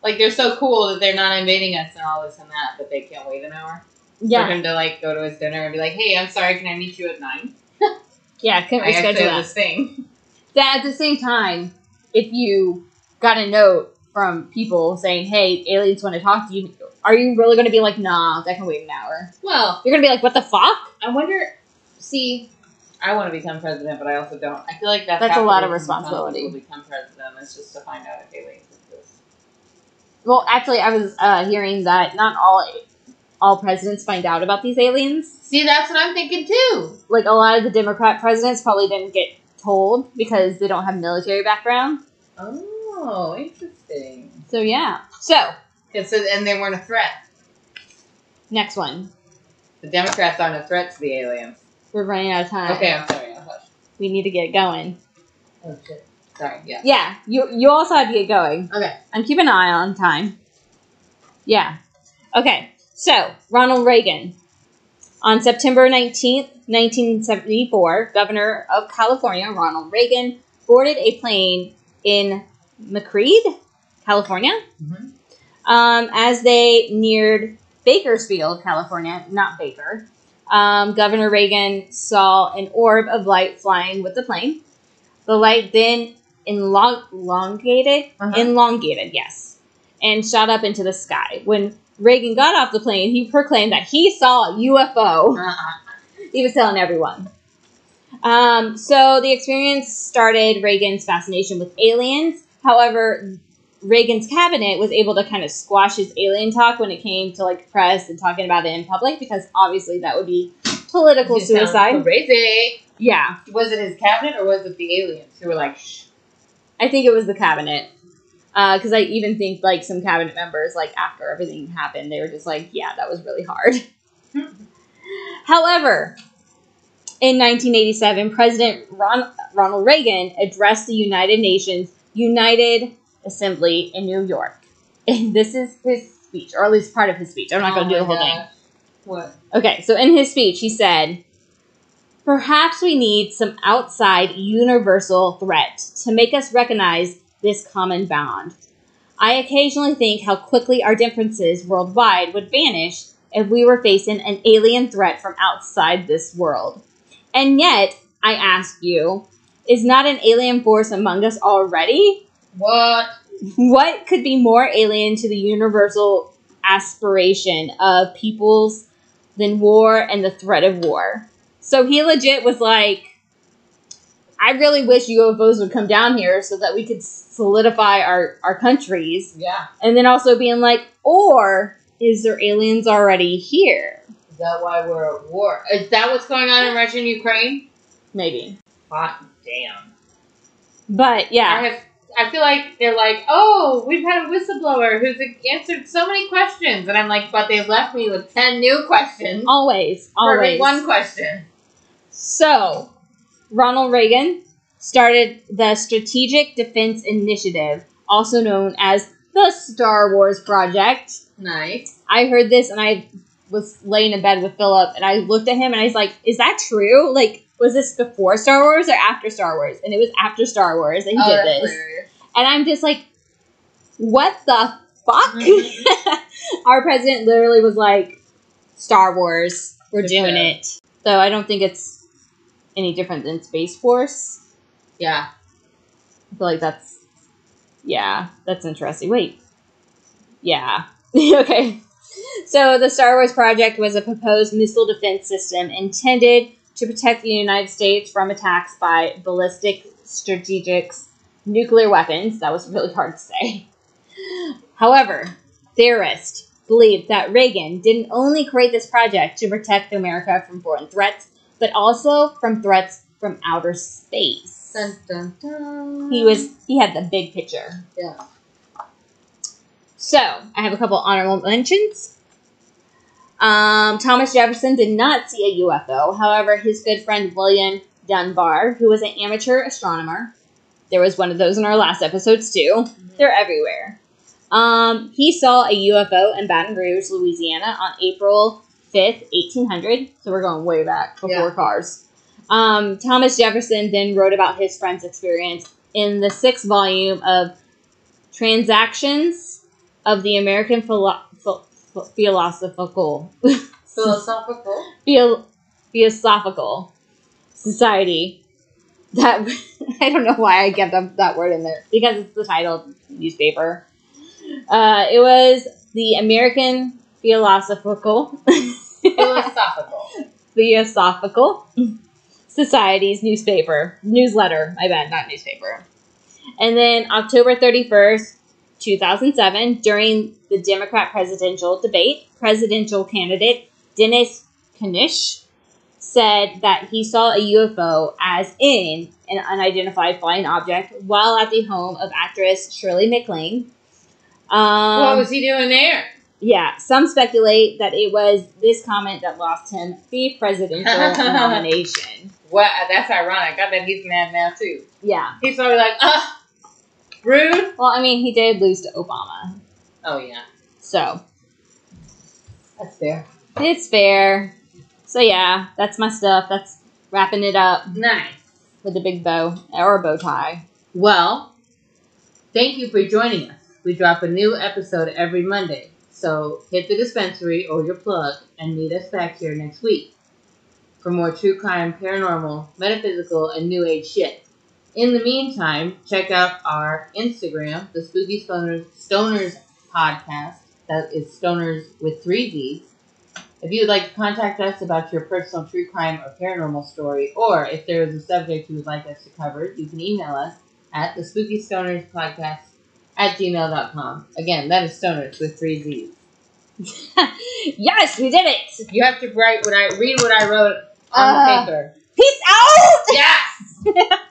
B: Like they're so cool that they're not invading us and all this and that, but they can't wait an hour for
A: yeah,
B: him to like go to his dinner and be like, "Hey, I'm sorry, can I meet you at nine?
A: yeah. Couldn't
B: I
A: reschedule
B: actually have
A: that.
B: this thing."
A: That at the same time, if you got a note from people saying, "Hey, aliens want to talk to you," are you really going to be like, "Nah, that can wait an hour"?
B: Well,
A: You're going to be like, "What the fuck?"
B: I wonder. See, I want to become president, but I also don't. I feel like that's
A: That's a
B: half the
A: lot of
B: reason some people
A: responsibility.
B: Become president is just to find out if aliens exist.
A: Well, actually, I was uh, hearing that not all all presidents find out about these aliens.
B: See, that's what I'm thinking too.
A: like a lot of the Democrat presidents probably didn't get told because they don't have military background.
B: Oh, interesting.
A: So yeah. So
B: It's a, and they weren't a threat.
A: next one.
B: The Democrats aren't a threat to the aliens.
A: We're running out of time.
B: Okay, I'm sorry. I'll hush.
A: We need to get going.
B: Oh shit. Sorry. Yeah.
A: Yeah, you you also have to get going.
B: Okay.
A: I'm keeping an eye on time. Yeah. Okay. So Ronald Reagan. On September 19th, 1974, Governor of California Ronald Reagan boarded a plane in McCreed, California.
B: Mhm.
A: Um, as they neared Bakersfield, California, not Baker, um, Governor Reagan saw an orb of light flying with the plane. The light then enlo- elongated,
B: Uh-huh.
A: elongated, yes, and shot up into the sky. When Reagan got off the plane, he proclaimed that he saw a UFO
B: Uh-uh.
A: he was telling everyone. Um, so the experience started Reagan's fascination with aliens. However, Reagan's cabinet was able to kind of squash his alien talk when it came to like press and talking about it in public because obviously that would be political
B: This sounds
A: suicide.
B: Crazy.
A: Yeah,
B: Was it his cabinet or was it the aliens who were like, Shh.
A: I think it was the cabinet because I even think like some cabinet members like after everything happened they were just like yeah that was really hard. However, in 1987, President Ron- Ronald Reagan addressed the United Nations United Assembly in New York. And this is his speech, or at least part of his speech. I'm not going to do the whole thing.
B: What?
A: Okay, so in his speech, he said, Perhaps we need some outside universal threat to make us recognize this common bond. I occasionally think how quickly our differences worldwide would vanish if we were facing an alien threat from outside this world. And yet, I ask you, is not an alien force among us already?
B: What?
A: what could be more alien to the universal aspiration of peoples than war and the threat of war? So he legit was like, I really wish UFOs would come down here so that we could solidify our, our countries.
B: Yeah.
A: And then also being like, or is there aliens already here?
B: Is that why we're at war? Is that what's going on in Russia and Ukraine?
A: Maybe.
B: Hot damn.
A: But
B: I
A: yeah,
B: have. I feel like they're like, oh, we've had a whistleblower who's answered so many questions, and I'm like, but they left me with ten new questions
A: always,
B: for
A: always.
B: every one question.
A: So, Ronald Reagan started the Strategic Defense Initiative, also known as the Star Wars Project.
B: Nice.
A: I heard this and I was laying in bed with Philip and I looked at him and I was like, Is that true? Like, was this before Star Wars or after Star Wars? And it was after Star Wars that he
B: oh,
A: did
B: that's
A: this.
B: hilarious.
A: And I'm just like, What the fuck?
B: Mhm.
A: Our president literally was like, Star Wars, we're
B: Good
A: doing
B: job.
A: it. So I don't think it's any different than Space Force.
B: Yeah.
A: I feel like that's yeah, that's interesting. Wait. Yeah. okay. So the Star Wars project was a proposed missile defense system intended to protect the United States from attacks by ballistic strategic nuclear weapons. That was really hard to say. However, theorists believe that Reagan didn't only create this project to protect America from foreign threats, but also from threats from outer space.
B: Dun, dun, dun.
A: He was he had the big picture.
B: Yeah.
A: So I have a couple honorable mentions. Um, Thomas Jefferson did not see a UFO. However, his good friend William Dunbar, who was an amateur astronomer, there was one of those in our last episodes too. They're everywhere. Um, he saw a UFO in Baton Rouge, Louisiana, on April fifth, eighteen hundred. So we're going way back before
B: Yeah.
A: cars. Um, Thomas Jefferson then wrote about his friend's experience in the sixth volume of Transactions of the American Philo- Ph- Ph- Philosophical
B: Philosophical.
A: Phil- Theosophical Society. That I don't know why I kept up that word in there because it's the title of the newspaper. Uh, it was the American Philosophical
B: Philosophical.
A: Theosophical Society's newspaper, newsletter, my bad, not newspaper. And then October 31st, 2007, during the Democrat presidential debate, presidential candidate Dennis Kanish said that he saw a UFO as in an unidentified flying object while at the home of actress Shirley MacLaine. Um,
B: what was he doing there?
A: yeah, some speculate that it was this comment that lost him the presidential nomination.
B: What? uh, That's ironic. I bet he's mad now too.
A: Yeah.
B: He's probably like, ah, rude.
A: Well, I mean, he did lose to Obama.
B: Oh yeah,
A: So
B: that's fair.
A: it's fair. So, yeah, that's my stuff. That's wrapping it up.
B: Nice.
A: with a big bow or a bow tie.
B: Well, thank you for joining us. We drop a new episode every Monday, so hit the dispensary or your plug and meet us back here next week for more true crime, paranormal, metaphysical, and new age shit. In the meantime, check out our Instagram, the Spooky Stoners, Stoners Podcast. That is Stoners with three Z's. If you would like to contact us about your personal true crime or paranormal story, or if there is a subject you would like us to cover, you can email us at the Spooky Stoners Podcast at gmail.com. Again, that is Stoners with three Z's.
A: yes, we did it.
B: You have to write what I read what I wrote on
A: Uh.
B: the paper.
A: Peace out.
B: Yes!